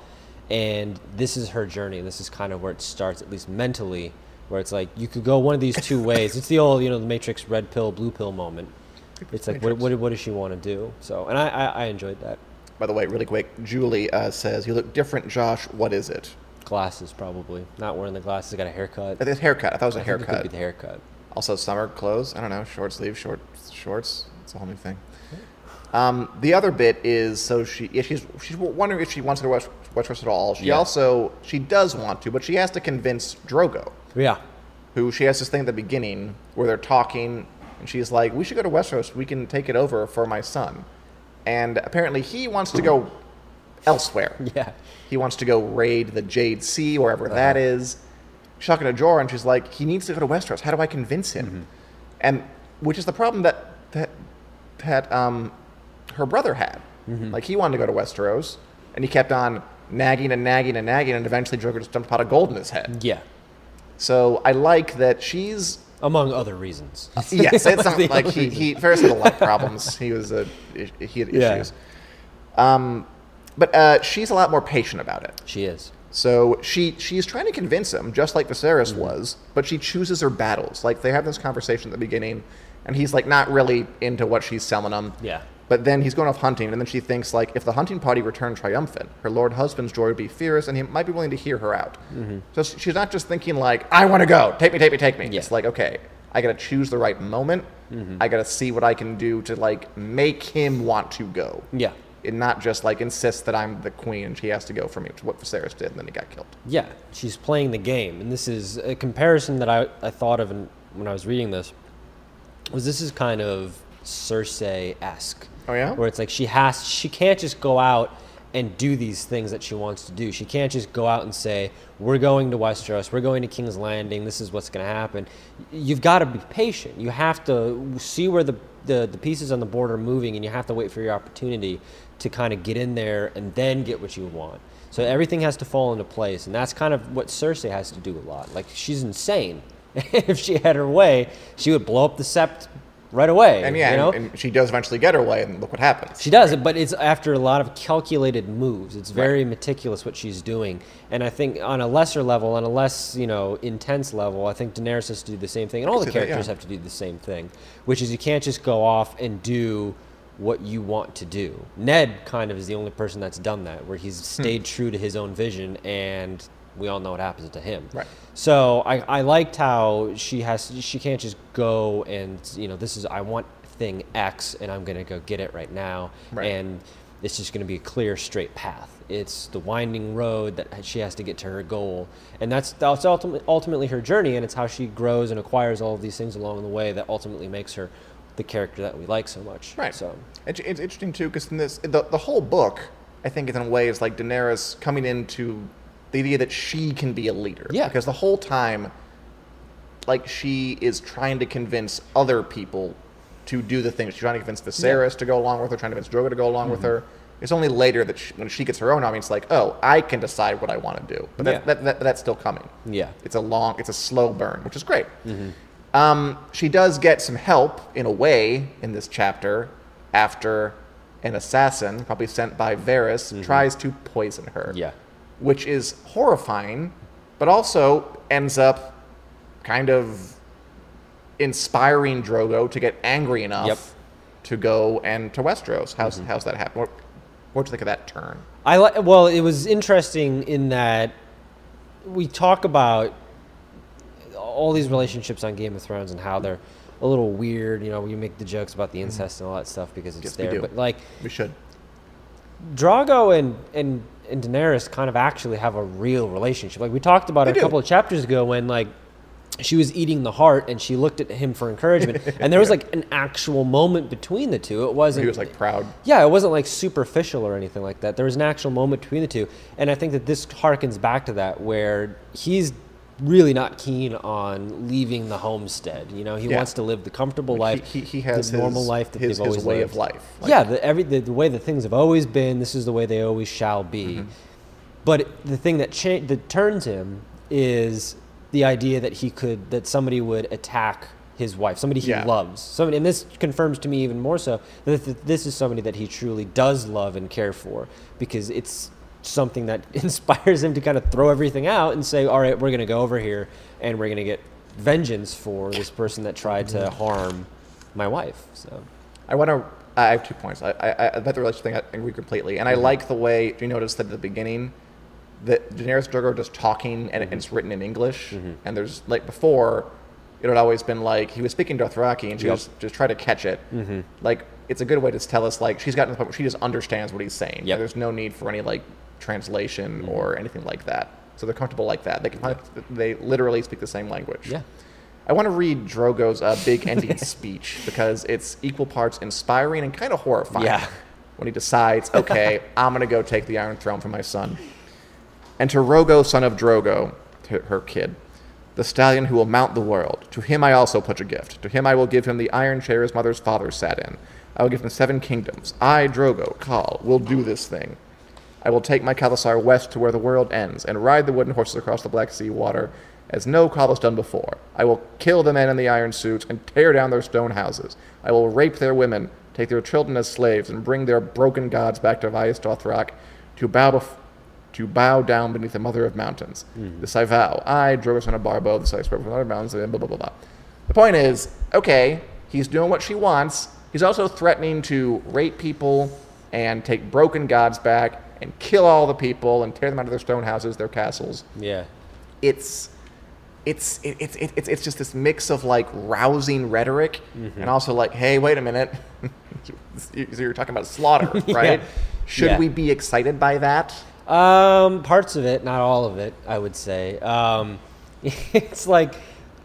C: and this is her journey. This is kind of where it starts, at least mentally, where it's like you could go one of these two ways. It's the old you know the Matrix red pill blue pill moment. It's like what, what what does she want to do? So and I, I I enjoyed that.
A: By the way, really quick, Julie uh, says, You look different, Josh. What is it?
C: Glasses probably not wearing the glasses. Got a haircut.
A: Uh, This haircut. I thought it was a
C: I think it could
A: haircut.
C: be the haircut.
A: Also, summer clothes. I don't know. Short sleeve, short shorts. It's a whole new thing. Um, the other bit is so she yeah, she's she's wondering if she wants to go to West, Westeros at all. She
C: Yeah.
A: also she does want to, but she has to convince Drogo,
C: Yeah.
A: who she has this thing at the beginning where they're talking, and she's like, "We should go to Westeros. We can take it over for my son." and apparently he wants to
C: <clears throat>
A: go elsewhere.
C: Yeah.
A: He wants to go raid the Jade Sea, wherever
C: Uh-huh.
A: that is. She's talking to Jorah, and she's like, he needs to go to Westeros. How do I convince him?
C: Mm-hmm.
A: And which is the problem that that that um, her brother had.
C: Mm-hmm.
A: Like he wanted to go to Westeros, and he kept on nagging and nagging and nagging, and eventually Jorah just dumped a pot of gold in his head.
C: Yeah.
A: So I like that
C: <laughs>
A: she's
C: Among other reasons.
A: Uh,
C: <laughs>
A: yes, it's not
C: The
A: like
C: other
A: he,
C: reason.
A: he Ferris had a
C: <laughs>
A: lot of problems. He was a he had
C: Yeah.
A: issues. Um, but uh, she's a lot more patient about it.
C: She is.
A: So she she's trying to convince him, just like Viserys
C: Mm-hmm.
A: was, but she chooses her battles. Like they have this conversation at the beginning, and he's like not really into what she's selling him.
C: Yeah.
A: But then he's going off hunting, and then she thinks like if the hunting party returned triumphant, her lord husband's joy would be fierce, and he might be willing to hear her out. So sh- she's not just thinking like I want to go, take me, take me, take me.
C: Mm-hmm. Yeah. Mm-hmm.
A: It's like okay, I gotta choose the right moment. I gotta see what I can do to like make him want to go,
C: Yeah.
A: and not just like insist that I'm the queen and she has to go for me, which is what Viserys did, and then he got killed.
C: Yeah. She's playing the game. And this is a comparison that I, I thought of in, when I was reading this was this is kind of Cersei esque.
A: Oh, yeah?
C: Where it's like she has she can't just go out and do these things that she wants to do. She can't just go out and say, We're going to Westeros, we're going to King's Landing, this is what's gonna happen. You've gotta be patient. You have to see where the, the, the pieces on the board are moving and you have to wait for your opportunity to kind of get in there and then get what you want. So everything has to fall into place, and that's kind of what Cersei has to do a lot. Like she's insane. <laughs> if she had her way, she would blow up the sept right away.
A: And yeah,
C: you know?
A: and, and she does eventually get her way, and look what happens.
C: She does it, but it's after a lot of calculated moves. It's very meticulous what she's doing, and I think on a lesser level, on a less you know intense level, I think Daenerys has to do the same thing, and all the
A: see that, yeah.
C: characters have to do the same thing, which is you can't just go off and do what you want to do. Ned kind of is the only person that's done that, where he's
A: Hmm.
C: stayed true to his own vision, and we all know what happens to him.
A: Right.
C: So I, I liked how she has she can't just go and you know this is I want thing X and I'm gonna go get it right now
A: Right.
C: and it's just gonna be a clear straight path. It's the winding road that she has to get to her goal, and that's that's ultimately ultimately her journey, and it's how she grows and acquires all of these things along the way that ultimately makes her the character that we like so much.
A: Right.
C: So
A: it's, it's interesting too because in this the, the whole book, I think, is in a way is like Daenerys coming into the idea that she can be a leader.
C: Yeah.
A: Because the whole time, like she is trying to convince other people to do the things. She's trying to convince Viserys to go along with her, trying to convince Drogo to go along
C: Mm-hmm.
A: with her. It's only later that she, when she gets her own army, it's like, oh, I can decide what I want to do. But that,
C: Yeah.
A: that, that, that's still coming.
C: yeah,
A: It's a long, it's a slow burn, which is great. Um, she does get some help in a way in this chapter after an assassin, probably sent by Varys, tries to poison her.
C: Mm-hmm. Yeah.
A: Which is horrifying, but also ends up kind of inspiring Drogo to get angry enough
C: Yep. Mm-hmm.
A: to go and to Westeros. How's, how's that happen? What, what do you think of that turn?
C: I like. Well, it was interesting in that we talk about all these relationships on Game of Thrones and how they're a little weird. You know, we make the jokes about the incest and all that stuff because it's
A: Mm-hmm. Yes, we
C: there.
A: do.
C: But like
A: We should.
C: Drago and and and Daenerys kind of actually have a real relationship. Like we talked about
A: They
C: it a
A: do.
C: couple of chapters ago when like she was eating the heart and she looked at him for encouragement, and there was like an actual moment between the two. It wasn't.
A: He was like proud.
C: Yeah, it wasn't like superficial or anything like that. There was an actual moment between the two, and I think that this harkens back to that where he's really not keen on leaving the homestead. You know, he
A: Yeah.
C: wants to live the comfortable
A: Like,
C: life,
A: he- he- he has
C: the normal
A: his-
C: life that
A: his-
C: they've
A: his
C: always
A: way of
C: lived.
A: life. Like-
C: yeah, the, every the, the way that things have always been. This is the way they always shall be. But it- the thing that cha- that turns him is the idea that he could that somebody would attack his wife, somebody he
A: Yeah.
C: loves. Somebody, and this confirms to me even more so that th- this is somebody that he truly does love and care for because it's something that <laughs> inspires him to kind of throw everything out and say, "All right, we're going to go over here and we're going to get vengeance for this person that tried to harm my wife." So,
A: I want to. I have two points. I, I, I bet the relationship thing I agree completely,
C: Mm-hmm.
A: and I like the way do you notice that at the beginning, that Daenerys Drogo are just talking and
C: Mm-hmm.
A: it's written in English, and there's like before, it had always been like he was speaking Dothraki and she
C: Yep.
A: was
C: Mm-hmm.
A: just try to catch it. Like it's a good way to tell us like she's gotten to the point where she just understands what he's saying.
C: Yep. Mm-hmm.
A: There's no need for any like translation or anything like that. So they're comfortable like that. They can find, they literally speak the same language.
C: Yeah.
A: I want to read
C: <laughs>
A: Drogo's uh, big ending speech because it's equal parts inspiring and kind of horrifying.
C: Yeah.
A: when he decides, okay, I'm gonna go take the Iron Throne from my son. And to Rogo, son of Drogo, to her kid, the stallion who will mount the world, to him I also put a gift. To him I will give him the iron chair his mother's father sat in. I will give him seven kingdoms. I, Drogo, Call, will do this thing. I will take my Kalasar west to where the world ends, and ride the wooden horses across the black sea water as no Kal has done before. I will kill the men in the iron suits and tear down their stone houses. I will rape their women, take their children as slaves, and bring their broken gods back to Vias Dothrak to bow bef- to bow down beneath the mother of mountains. This I vow. I, Drogo son of Barbo, this I swear from the mother of mountains, and blah, blah, blah, blah. The point is, okay, he's doing what she wants. He's also threatening to rape people and take broken gods back and kill all the people and tear them out of their stone houses, their castles
C: Yeah.
A: it's it's it, it's it, it's it's just this mix of like rousing rhetoric and also like, hey, wait a minute, <laughs> You- you're talking about slaughter, right? Should
C: Yeah.
A: we be excited by that?
C: Um, parts of it, not all of it, I would say. Um, <laughs> it's like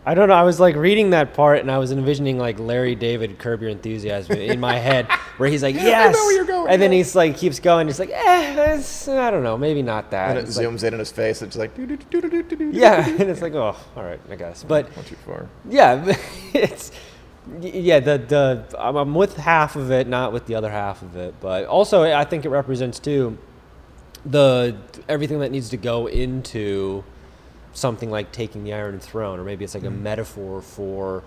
C: I don't know. I was like reading that part, and I was envisioning like Larry David curb your enthusiasm in my head, where
A: <laughs>
C: he's like, "Yes,"
A: where you're going,
C: and then
A: yeah.
C: he's like, keeps going. He's like, "Eh, it's, I don't know, maybe not that."
A: And it
C: It's like-
A: zooms in in his face. It's like, <laughs>
C: <laughs> yeah, and it's like, "Oh, all right, I guess." But
A: not too far.
C: yeah, <laughs> it's y- yeah. The the I'm, I'm with half of it, not with the other half of it. But also, I think it represents too the everything that needs to go into something like taking the Iron Throne, or maybe it's like a
A: Mm-hmm.
C: metaphor for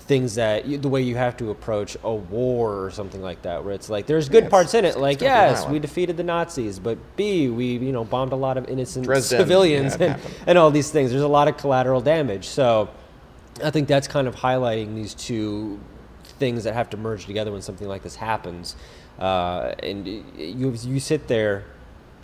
C: things that you, the way you have to approach a war or something like that, where it's like there's good
A: it's-
C: parts in it,
A: it's-
C: like
A: it's not denial.
C: yes, we defeated the Nazis, but B, we you know bombed a lot of innocent
A: Dresden, yeah,
C: civilians
A: it
C: and,
A: happened.
C: and all these things. There's a lot of collateral damage, so I think that's kind of highlighting these two things that have to merge together when something like this happens. Uh, and y- you, you sit there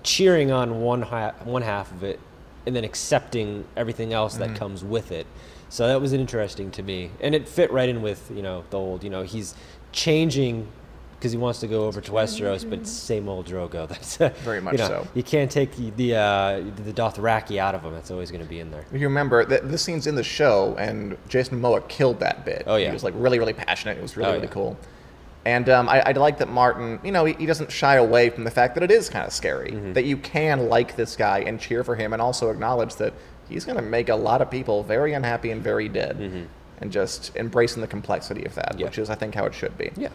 C: cheering on one, ha- one half of it and then accepting everything else
A: Mm-hmm.
C: that comes with it. So that was interesting to me. And it fit right in with, you know, the old, you know, he's changing because he wants to go over to Westeros, but same old Drogo. <laughs> That's
A: Very much
C: you know,
A: so.
C: You can't take the the, uh, the Dothraki out of him. That's always going to be in there.
A: If you remember, th- this scene's in the show, and Jason Momoa killed that bit.
C: Oh, yeah.
A: he was like really, really passionate. It was really,
C: Oh,
A: really
C: yeah.
A: cool. And um, I, I like that Martin, you know, he, he doesn't shy away from the fact that it is kind of scary. That you can like this guy and cheer for him, and also acknowledge that he's going to make a lot of people very unhappy and very dead. And just embracing the complexity of that,
C: Yeah.
A: which is, I think, how it should be.
C: Yeah.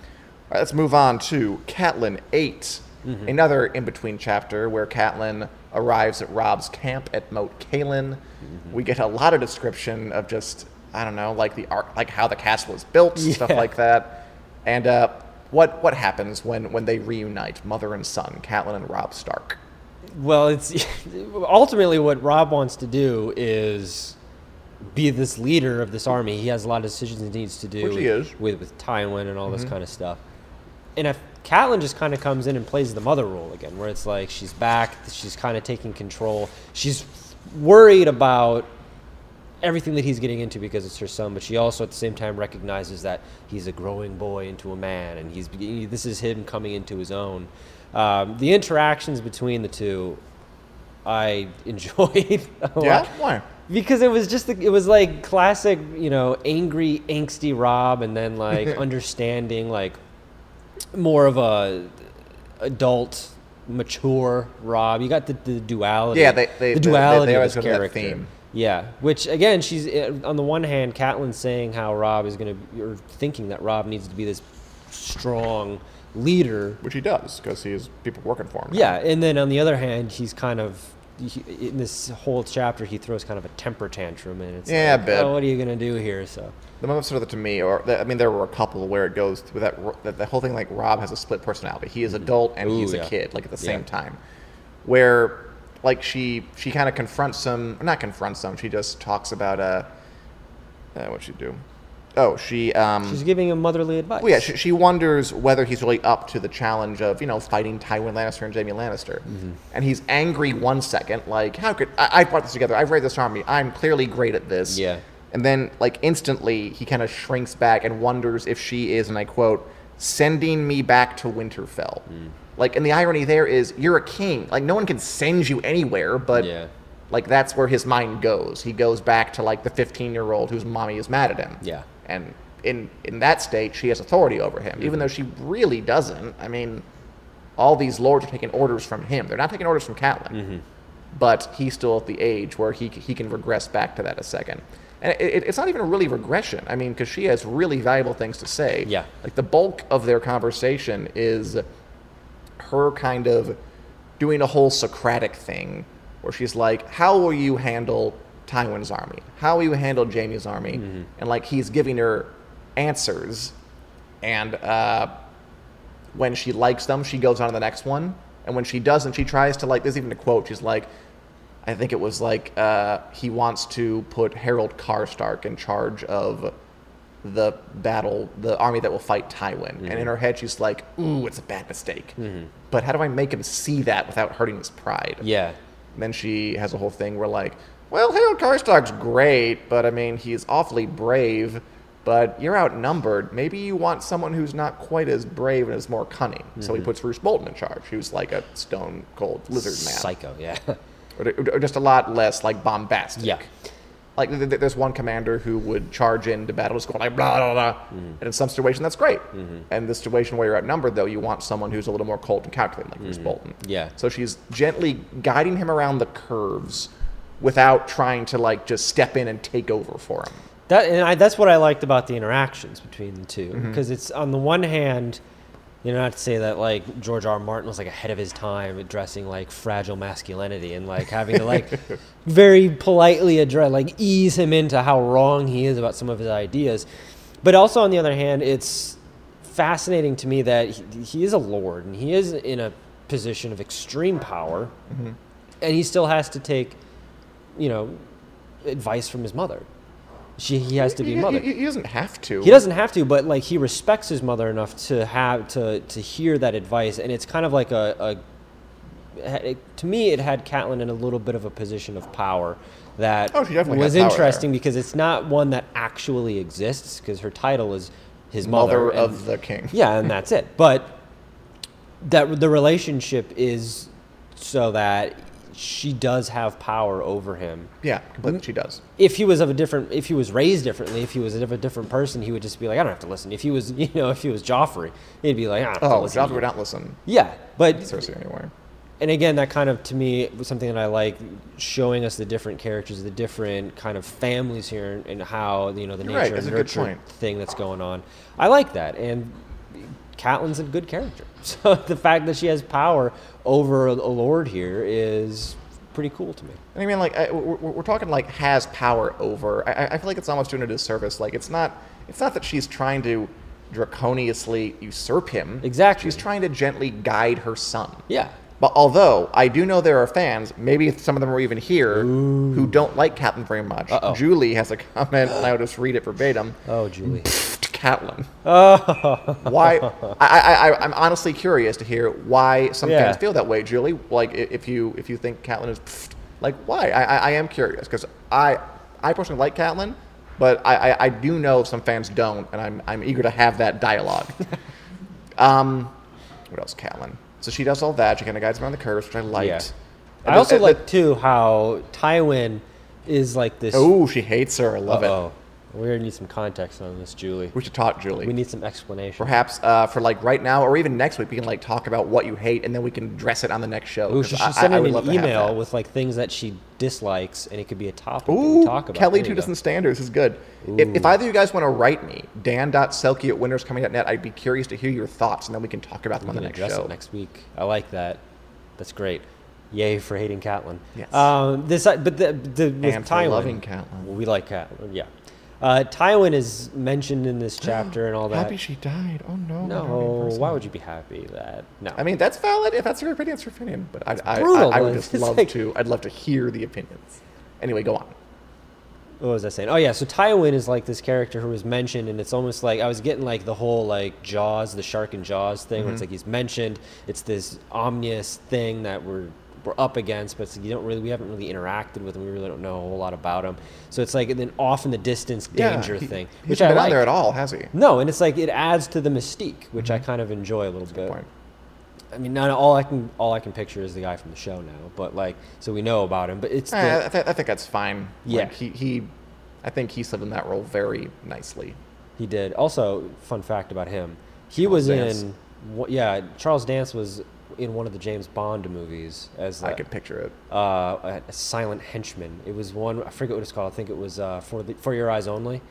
A: All right, let's move on to Catelyn 8,
C: Mm-hmm.
A: another in between chapter where Catelyn arrives at Rob's camp at Moat Kalen.
C: Mm-hmm.
A: We get a lot of description of just, I don't know, like the art, like how the castle was built, stuff
C: <laughs> Yeah.
A: like that. And uh, what what happens when, when they reunite, mother and son, Catelyn and Rob Stark?
C: Well, it's <laughs> ultimately what Rob wants to do is be this leader of this army. He has a lot of decisions he Mm-hmm. needs to do
A: Which he
C: with,
A: is.
C: with with Tywin and all this kind of stuff. And if Catelyn just kind of comes in and plays the mother role again, where it's like she's back, she's kind of taking control. She's worried about everything that he's getting into because it's her son, but she also at the same time recognizes that he's a growing boy into a man, and he's beginning- this is him coming into his own. Um, the interactions between the two, I <laughs> enjoyed. A
A: Yeah?
C: lot
A: Why?
C: because it was just the, it was like classic you know angry angsty rob and
A: <laughs>
C: then like understanding like more of a adult mature rob you got the, the duality
A: Yeah, they- they- they- they-
C: the duality
A: they
C: of
A: always
C: his
A: go to that
C: character
A: theme.
C: yeah which again she's eh, on the one hand Catelyn's saying how rob is going to or thinking that rob needs to be this strong leader
A: Which he does, because he has people working for him. now.
C: yeah, and then on the other hand, he's kind of he, in this whole chapter he throws kind of a temper tantrum, and it's
A: Yeah, a
C: like,
A: bit.
C: "Oh, what are you gonna do here? So
A: The most sort of to me, or I mean, there were a couple where it goes through that, that the whole thing. Like Rob has a split personality. He is adult and
C: Mm-hmm. Ooh,
A: he's a
C: yeah.
A: kid, like at the same
C: Yeah.
A: time. Where like she she kind of confronts him, not confronts him. She just talks about uh, uh what she do. Oh, she um.
C: she's giving him motherly advice.
A: well, yeah, she, she wonders whether he's really up to the challenge of, you know, fighting Tywin Lannister and Jamie Lannister.
C: Mm-hmm.
A: And he's angry one second, like, how could I, I brought this together? I've raised this army. I'm clearly great at this.
C: Yeah.
A: And then, like, instantly, he kind of shrinks back and wonders if she is, and I quote, sending me back to Winterfell.
C: Mm.
A: Like, and the irony there is, you're a king. Like, no one can send you anywhere, but,
C: Yeah.
A: like, that's where his mind goes. He goes back to, like, the 15 year old whose mommy is mad at him.
C: Yeah.
A: And in in that state, she has authority over him, even though she really doesn't. I mean, all these lords are taking orders from him. They're not taking orders from Catelyn, but he's still at the age where he c- he can regress back to that a second. And it, it, it's not even really regression. I mean, because she has really valuable things to say.
C: Yeah.
A: Like the bulk of their conversation is her kind of doing a whole Socratic thing where she's like, How will you handle Tywin's army? How will you handle Jamie's army? And like he's giving her answers. And uh, when she likes them, she goes on to the next one. And when she doesn't, she tries to like, there's even a quote. She's like, I think it was like uh, he wants to put Harold Karstark in charge of the battle, the army that will fight Tywin. And in her head, she's like, ooh, it's a bad mistake. But how do I make him see that without hurting his pride?
C: Yeah.
A: And then she has a whole thing where like, well, Harold Karstark's great, but I mean, he's awfully brave, but you're outnumbered. Maybe you want someone who's not quite as brave and is more cunning. So he puts Bruce Bolton in charge, who's like a stone cold lizard man,
C: Psycho. Yeah. <laughs>
A: or, or just a lot less like bombastic.
C: yeah.
A: Like th- th- there's one commander who would charge into battle, just going like blah blah blah, and in some situation that's great. And the situation where you're outnumbered, though, you want someone who's a little more cold and calculating, like Bruce Bolton.
C: Yeah.
A: So she's gently guiding him around the curves, without trying to like just step in and take over for him.
C: That and I, that's what I liked about the interactions between the two because it's on the one hand, you know, not to say that like George R. R. Martin was like ahead of his time addressing like fragile masculinity and like having to like very politely address like ease him into how wrong he is about some of his ideas, but also on the other hand, it's fascinating to me that he, he is a lord and he is in a position of extreme power, and he still has to take, you know, advice from his mother. She, he has to be
A: He,
C: mother.
A: he- he doesn't have to.
C: He doesn't have to, but like he respects his mother enough to have to to hear that advice, and it's kind of like a, a it- to me it had Catelyn in a little bit of a position of power that
A: Oh, she definitely
C: was
A: had power
C: interesting because it's not one that actually exists because her title is his mother,
A: Mother,
C: and-
A: of the king.
C: yeah, and that's it. But that the relationship is so that she does have power over him
A: Yeah, but she does.
C: if he was of a different, if he was raised differently, if he was of a different person, he would just be like, I don't have to listen. If he was, <laughs> you know, if he was Joffrey, he'd be like, I don't have to
A: Oh,
C: listen. to
A: Joffrey
C: you."
A: would not listen.
C: Yeah, but
A: Cersei anyway.
C: and again, that kind of to me was something that I like showing us the different characters, the different kind of families here, and, and how you know the
A: You're right,
C: nature
A: that's
C: and
A: a good
C: nurture
A: point.
C: thing that's going on. I like that, and Catelyn's a good character. <laughs> So the fact that she has power over a a lord here is pretty cool to me.
A: And I mean, like, I, we're, we're we're talking like has power over. I- I, I feel like it's almost doing a disservice. Like, it's not. It's not that she's trying to draconiously usurp him.
C: Exactly.
A: She's trying to gently guide her son.
C: Yeah.
A: But although I do know there are fans, maybe some of them are even here, who don't like Catelyn very much.
C: Uh-oh.
A: Julie has a comment, and I'll just read it verbatim.
C: Oh, Julie.
A: Catelyn.
C: Oh. <laughs>
A: Why? I, I, I, I'm honestly curious to hear why some
C: Yeah.
A: fans feel that way, Julie. Like, i- if you if you think Catelyn is, pfft, like, why? I, I, I am curious because I I personally like Catelyn, but I, I, I do know some fans don't, and I'm I'm eager to have that
C: <laughs>
A: dialogue. um, what else, Catelyn? So she does all that. She kind of guides around the curves, which I liked.
C: Yeah.
A: And
C: I
A: the-
C: also
A: the-
C: like too how Tywin is like this.
A: Oh, she hates her. I love it.
C: Uh-oh. We need some context on this, Julie.
A: We should talk, Julie.
C: We need some explanation.
A: perhaps uh, for like right now or even next week we can like talk about what you hate and then we can dress it on the next show.
C: Ooh,
A: 'cause
C: she
A: I-
C: should send
A: I- I
C: in
A: would
C: an
A: love to have
C: email
A: that.
C: with like things that she dislikes, and it could be a topic that
A: Ooh,
C: we talk about.
A: Kelly
C: There
A: Two
C: you go.
A: Distant Standards is good. If, if either of you guys want to write me, dan.selkie at winnerscoming.net, I'd be curious to hear your thoughts and then we can talk about them
C: We
A: on the
C: can
A: next
C: address
A: show.
C: it next week. I like that. That's great. Yay for hating Catelyn.
A: Yes.
C: Um, this, but the, the with
A: And for
C: Tywin,
A: loving Catelyn.
C: we like Catelyn. Yeah. Uh, Tywin is mentioned
A: <gasps>
C: in this chapter and all that.
A: Happy she died. Oh no. what a hurting
C: no,
A: person.
C: why would you be happy that? No.
A: I mean that's valid if that's your opinion, it's your opinion. But I I,
C: brutal,
A: I, I would
C: though.
A: just
C: It's
A: love
C: like-
A: to I'd love to hear the opinions. Anyway, go on.
C: what was I saying? Oh yeah, so Tywin is like this character who was mentioned, and it's almost like I was getting like the whole like Jaws, the shark and Jaws thing,
A: Mm-hmm.
C: where it's like he's mentioned. It's this ominous thing that we're we're up against, but it's like you don't really we haven't really interacted with him. We really don't know a whole lot about him. So it's like and then off in the distance danger
A: yeah, he-
C: thing,
A: He's
C: which
A: been
C: I
A: on
C: like.
A: there at all, Mm-hmm. has he?
C: No, and it's like it adds to the mystique, which I kind of enjoy a little bit.
A: Point.
C: I mean, not all I can all I can picture is the guy from the show now, but like so we know about him. But it's the,
A: Eh, I, th- I think that's fine.
C: Yeah.
A: Like, he, he, I think he slid in that role very nicely.
C: He did. Also, fun fact about him: he was
A: Dance.
C: in. wha- Yeah, Charles Dance was in one of the James Bond movies as
A: I
C: like
A: could picture it.
C: uh, a, a silent henchman. It was one I forget what it's called. I think it was uh, for the, for your eyes only.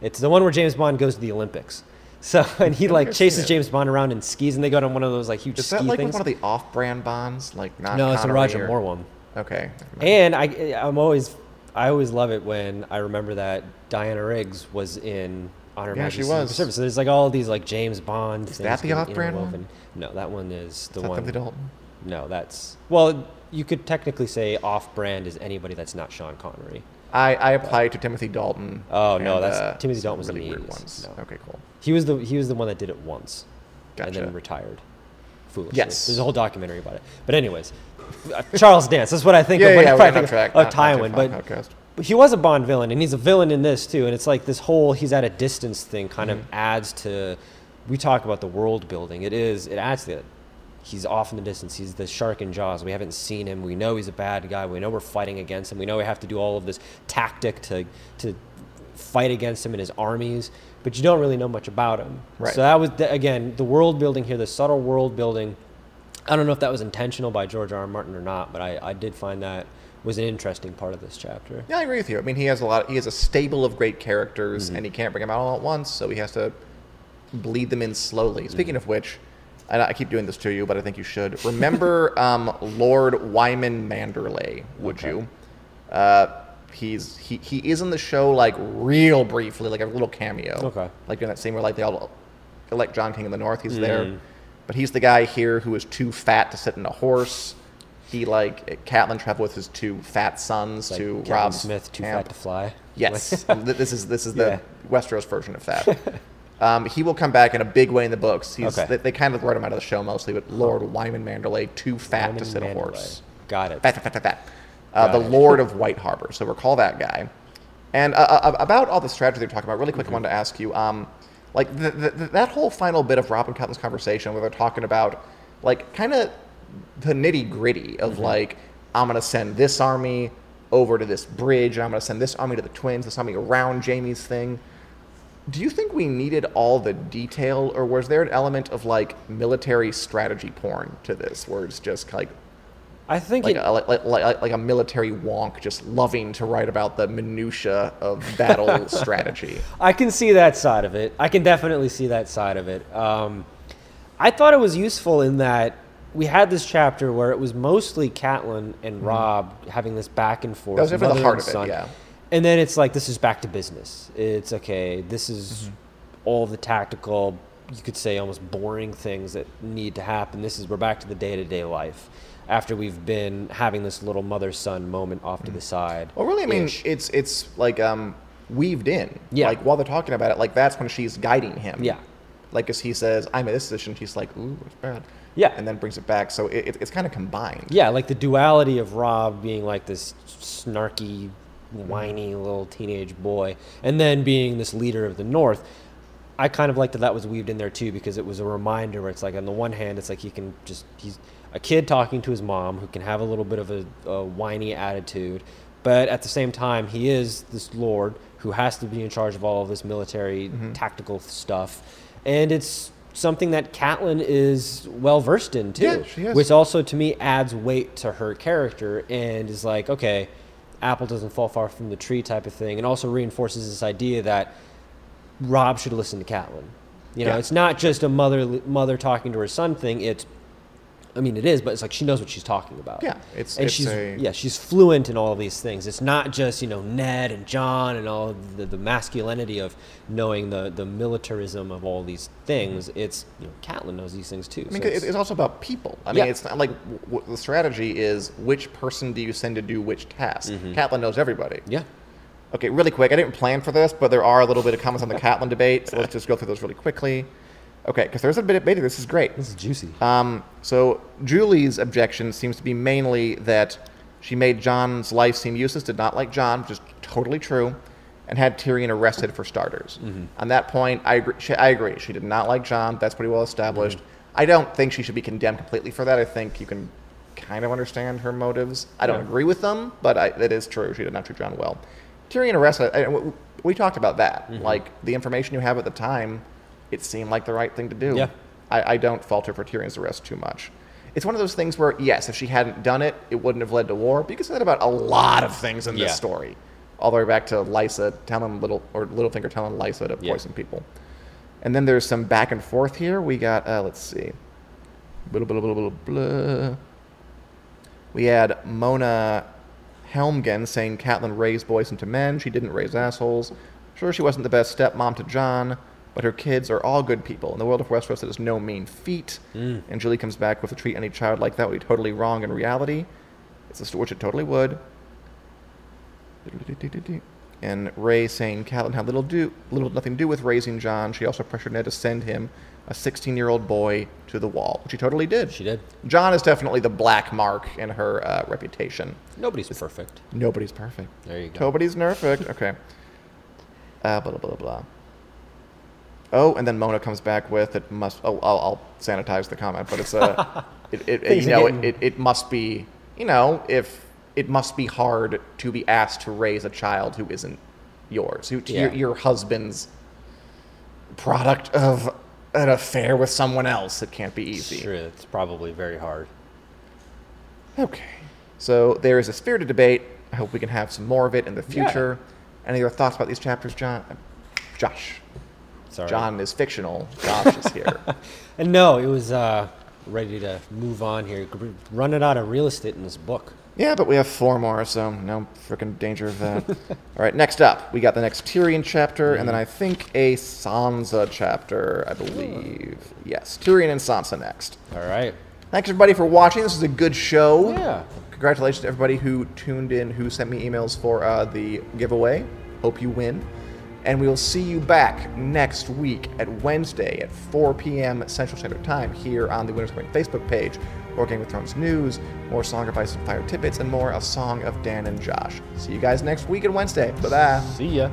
C: It's the one where James Bond goes to the Olympics. <laughs> So and he
A: I've
C: like
A: never seen
C: chases
A: it.
C: James Bond around in skis, and they go on one of those like huge
A: Is
C: ski
A: that like with
C: things.
A: one of the off-brand bonds? Like not
C: no, it's a
A: Connery
C: Roger
A: or-
C: Moore one.
A: Okay. never mind.
C: And I, I'm always, I always love it when I remember that Diana Riggs was in Honor
A: Yeah, she
C: Majesty's
A: was.
C: Service. So there's like all these like James Bond. Is
A: that the off-brand one?
C: No, that one is the
A: Is that
C: one.
A: Timothy Dalton?
C: No, that's well. You could technically say off-brand is anybody that's not Sean Connery.
A: I, I applied to Timothy Dalton.
C: Oh, no,
A: and, uh,
C: that's- Timothy Dalton was in
A: really
C: the
A: weird
C: 80s.
A: ones.
C: No.
A: Okay, cool.
C: He was the he was the one that did it once, and
A: Gotcha.
C: then retired. Foolishly.
A: Yes.
C: there's a whole documentary about it. But anyways, <laughs> uh, Charles Dance. That's what I think
A: yeah,
C: of
A: yeah,
C: when
A: yeah,
C: I
A: we're
C: probably
A: getting off track.
C: think of uh,
A: Not- not too
C: Tywin.
A: far
C: But
A: podcast.
C: But he was a Bond villain, and he's a villain in this too. And it's like this whole he's at a distance thing kind of adds to. We talk about the world building. It is. It adds to it. He's off in the distance. He's the shark in Jaws. We haven't seen him. We know he's a bad guy. We know we're fighting against him. We know we have to do all of this tactic to to fight against him and his armies. But you don't really know much about him.
A: Right.
C: So that was the, again the world building here. The subtle world building. I don't know if that was intentional by George R. R. Martin or not, but I, I did find that was an interesting part of this chapter.
A: Yeah, I agree with you. I mean, he has a lot. He has a stable of great characters,
C: Mm-hmm.
A: and he can't bring them out all at once, so he has to bleed them in slowly. Speaking of which, and I keep doing this to you, but I think you
C: <laughs>
A: should remember um, Lord Wyman Manderley. Would
C: Okay.
A: you? Uh, he's he, he is in the show like real briefly, like a little cameo.
C: Okay.
A: Like in that scene where like they all elect John King in the North. He's
C: Mm-hmm.
A: there, but he's the guy here who is too fat to sit in a horse. He like Catelyn traveled with his two fat sons
C: Like
A: to
C: Captain
A: Rob
C: Smith, too
A: camp.
C: fat to fly.
A: Yes,
C: Like-
A: Um, <laughs> th- this is this is the
C: Yeah.
A: Westeros version of that.
C: <laughs>
A: Um, he will come back in a big way in the books. He's,
C: Okay.
A: they, they kind of wrote him out of the show mostly, but Lord Wyman Manderley, too fat to
C: Lyman
A: sit a
C: Mandalay.
A: horse.
C: Got it.
A: Fat, fat, fat, fat, fat. Uh,
C: Got
A: the
C: it.
A: Lord of White Harbor. So recall that guy. And uh, uh, about all the strategy they're talking about, really
C: Mm-hmm.
A: quick, I wanted to ask you, um, like th th th that whole final bit of Rob and Catelyn's conversation where they're talking about, like, kind of the nitty gritty of
C: Mm-hmm.
A: like, I'm gonna send this army over to this bridge, and I'm gonna send this army to the twins, this army around Jamie's thing. Do you think we needed all the detail, or was there an element of like military strategy porn to this, where it's just like
C: I think
A: like
C: it,
A: a, like, like, like, like a military wonk just loving to write about the minutia <laughs> of battle strategy.
C: I can see that side of it. I can definitely see that side of it. Um, I thought it was useful in that we had this chapter where it was mostly Catelyn and Rob having this back and forth.
A: Mm-hmm. That was definitely the
C: mother
A: heart
C: and
A: of it, yeah.
C: And then it's like this is back to business. It's okay. This is
A: Mm-hmm.
C: all the tactical, you could say almost boring things that need to happen. This is we're back to the day to day life after we've been having this little mother son moment off to the side.
A: Mm-hmm. Well, really, I mean,
C: Ish.
A: it's it's like um, weaved in.
C: Yeah.
A: Like while they're talking about it, like that's when she's guiding him.
C: Yeah.
A: Like as he says, "I'm in this position," she's like, "Ooh, it's bad."
C: Yeah.
A: And then brings it back, so it, it, it's kind of combined.
C: Yeah, like the duality of Rob being like this snarky, whiny little teenage boy, and then being this leader of the North. I kind of liked that that was weaved in there too because it was a reminder where it's like on the one hand it's like he can just he's a kid talking to his mom who can have a little bit of a, a whiny attitude, but at the same time he is this lord who has to be in charge of all of this military tactical stuff, and it's something that Catelyn is well versed in too,
A: Yeah, she is.
C: which also to me adds weight to her character and is like okay apple doesn't fall far from the tree type of thing and also reinforces this idea that rob should listen to catelyn you know
A: Yeah.
C: it's not just a mother mother talking to her son thing it's i mean it is but it's like she knows what she's talking about
A: Yeah, it's-
C: and
A: it's
C: she's
A: a-
C: yeah she's fluent in all of these things it's not just you know ned and john and all of the, the masculinity of knowing the the militarism of all these things it's you know catelyn knows these things too
A: I mean,
C: so
A: it,
C: it's-
A: it's also about people. I mean,
C: Yeah.
A: it's not like w- w- the strategy is which person do you send to do which task. Catelyn knows everybody.
C: yeah
A: Okay, really quick. I didn't plan for this, but there are a little bit of comments on the Catlin debate, so
C: <laughs>
A: let's just go through those really quickly. Okay, because there's a bit of debate. This is great.
C: this is juicy
A: Um, so Julie's objection seems to be mainly that she made John's life seem useless, did not like John, which is totally true, and had Tyrion arrested for starters.
C: Mm-hmm.
A: On that point, I agree, she, I agree. She did not like John. That's pretty well established.
C: Mm-hmm.
A: I don't think she should be condemned completely for that. I think you can kind of understand her motives. I don't
C: Yeah.
A: agree with them, but I, it is true. She did not treat John well. Tyrion arrested. I, we- we talked about that.
C: Mm-hmm.
A: Like the information you have at the time, it seemed like the right thing to do.
C: Yeah.
A: I, I don't falter for Tyrion's arrest too much. it's one of those things where yes, if she hadn't done it, it wouldn't have led to war. But you can say that about a lot of things in
C: Yeah.
A: this story, all the way back to Lysa telling little or Littlefinger telling Lysa to
C: Yeah.
A: poison people, and then there's some back and forth here. We got uh, let's see, blah blah blah blah blah. We had Mona Helmgen saying Catelyn raised boys into men. She didn't raise assholes. Sure, she wasn't the best stepmom to John, but her kids are all good people. In the world of Westeros, it is no mean feat. And Julie comes back with to treat any child like that would be totally wrong in reality. It's a story which it totally would. And Ray saying Catelyn had little do little to nothing to do with raising John. She also pressured Ned to send him a 16-year-old boy to the wall, which he totally did.
C: She did.
A: John is definitely the black mark in her uh, reputation.
C: Nobody's perfect.
A: Nobody's perfect.
C: There you go.
A: Nobody's
C: <laughs>
A: perfect. Okay. Uh, blah, blah, blah, blah. Oh, and then Mona comes back with it must. Oh, I'll, I'll sanitize the comment, but it's
C: <laughs>
A: a. it, it,
C: Things
A: you
C: are
A: know,
C: getting-
A: it, it, it must be. You know, if it must be hard to be asked to raise a child who isn't yours, who to your,
C: Yeah.
A: your husband's product of an affair with someone else. It can't be easy.
C: Sure, it's probably very hard.
A: Okay. So there is a spirited debate. I hope we can have some more of it in the
C: Yeah.
A: future. Any other thoughts about these chapters, John? Uh, Josh.
C: Sorry.
A: John is fictional. Josh is here.
C: And no, it was uh, ready to move on here. Gr- Running out of real estate in this book.
A: Yeah, but we have four more, so no freaking danger of that. All right, next up, we got the next Tyrion chapter, and then I think a Sansa chapter, I believe. Yes, Tyrion and Sansa next.
C: All right.
A: Thanks everybody for watching. This was a good show.
C: Yeah.
A: Congratulations to everybody who tuned in, who sent me emails for uh, the giveaway. Hope you win. And we will see you back next week at Wednesday at 4 p.m. Central Standard Time here on the Winners Point Facebook page. More Game of Thrones news, more Song of Ice and Fire tidbits, and more A Song of Dan and Josh. See you guys next week at Wednesday. Bye bye.
C: See ya.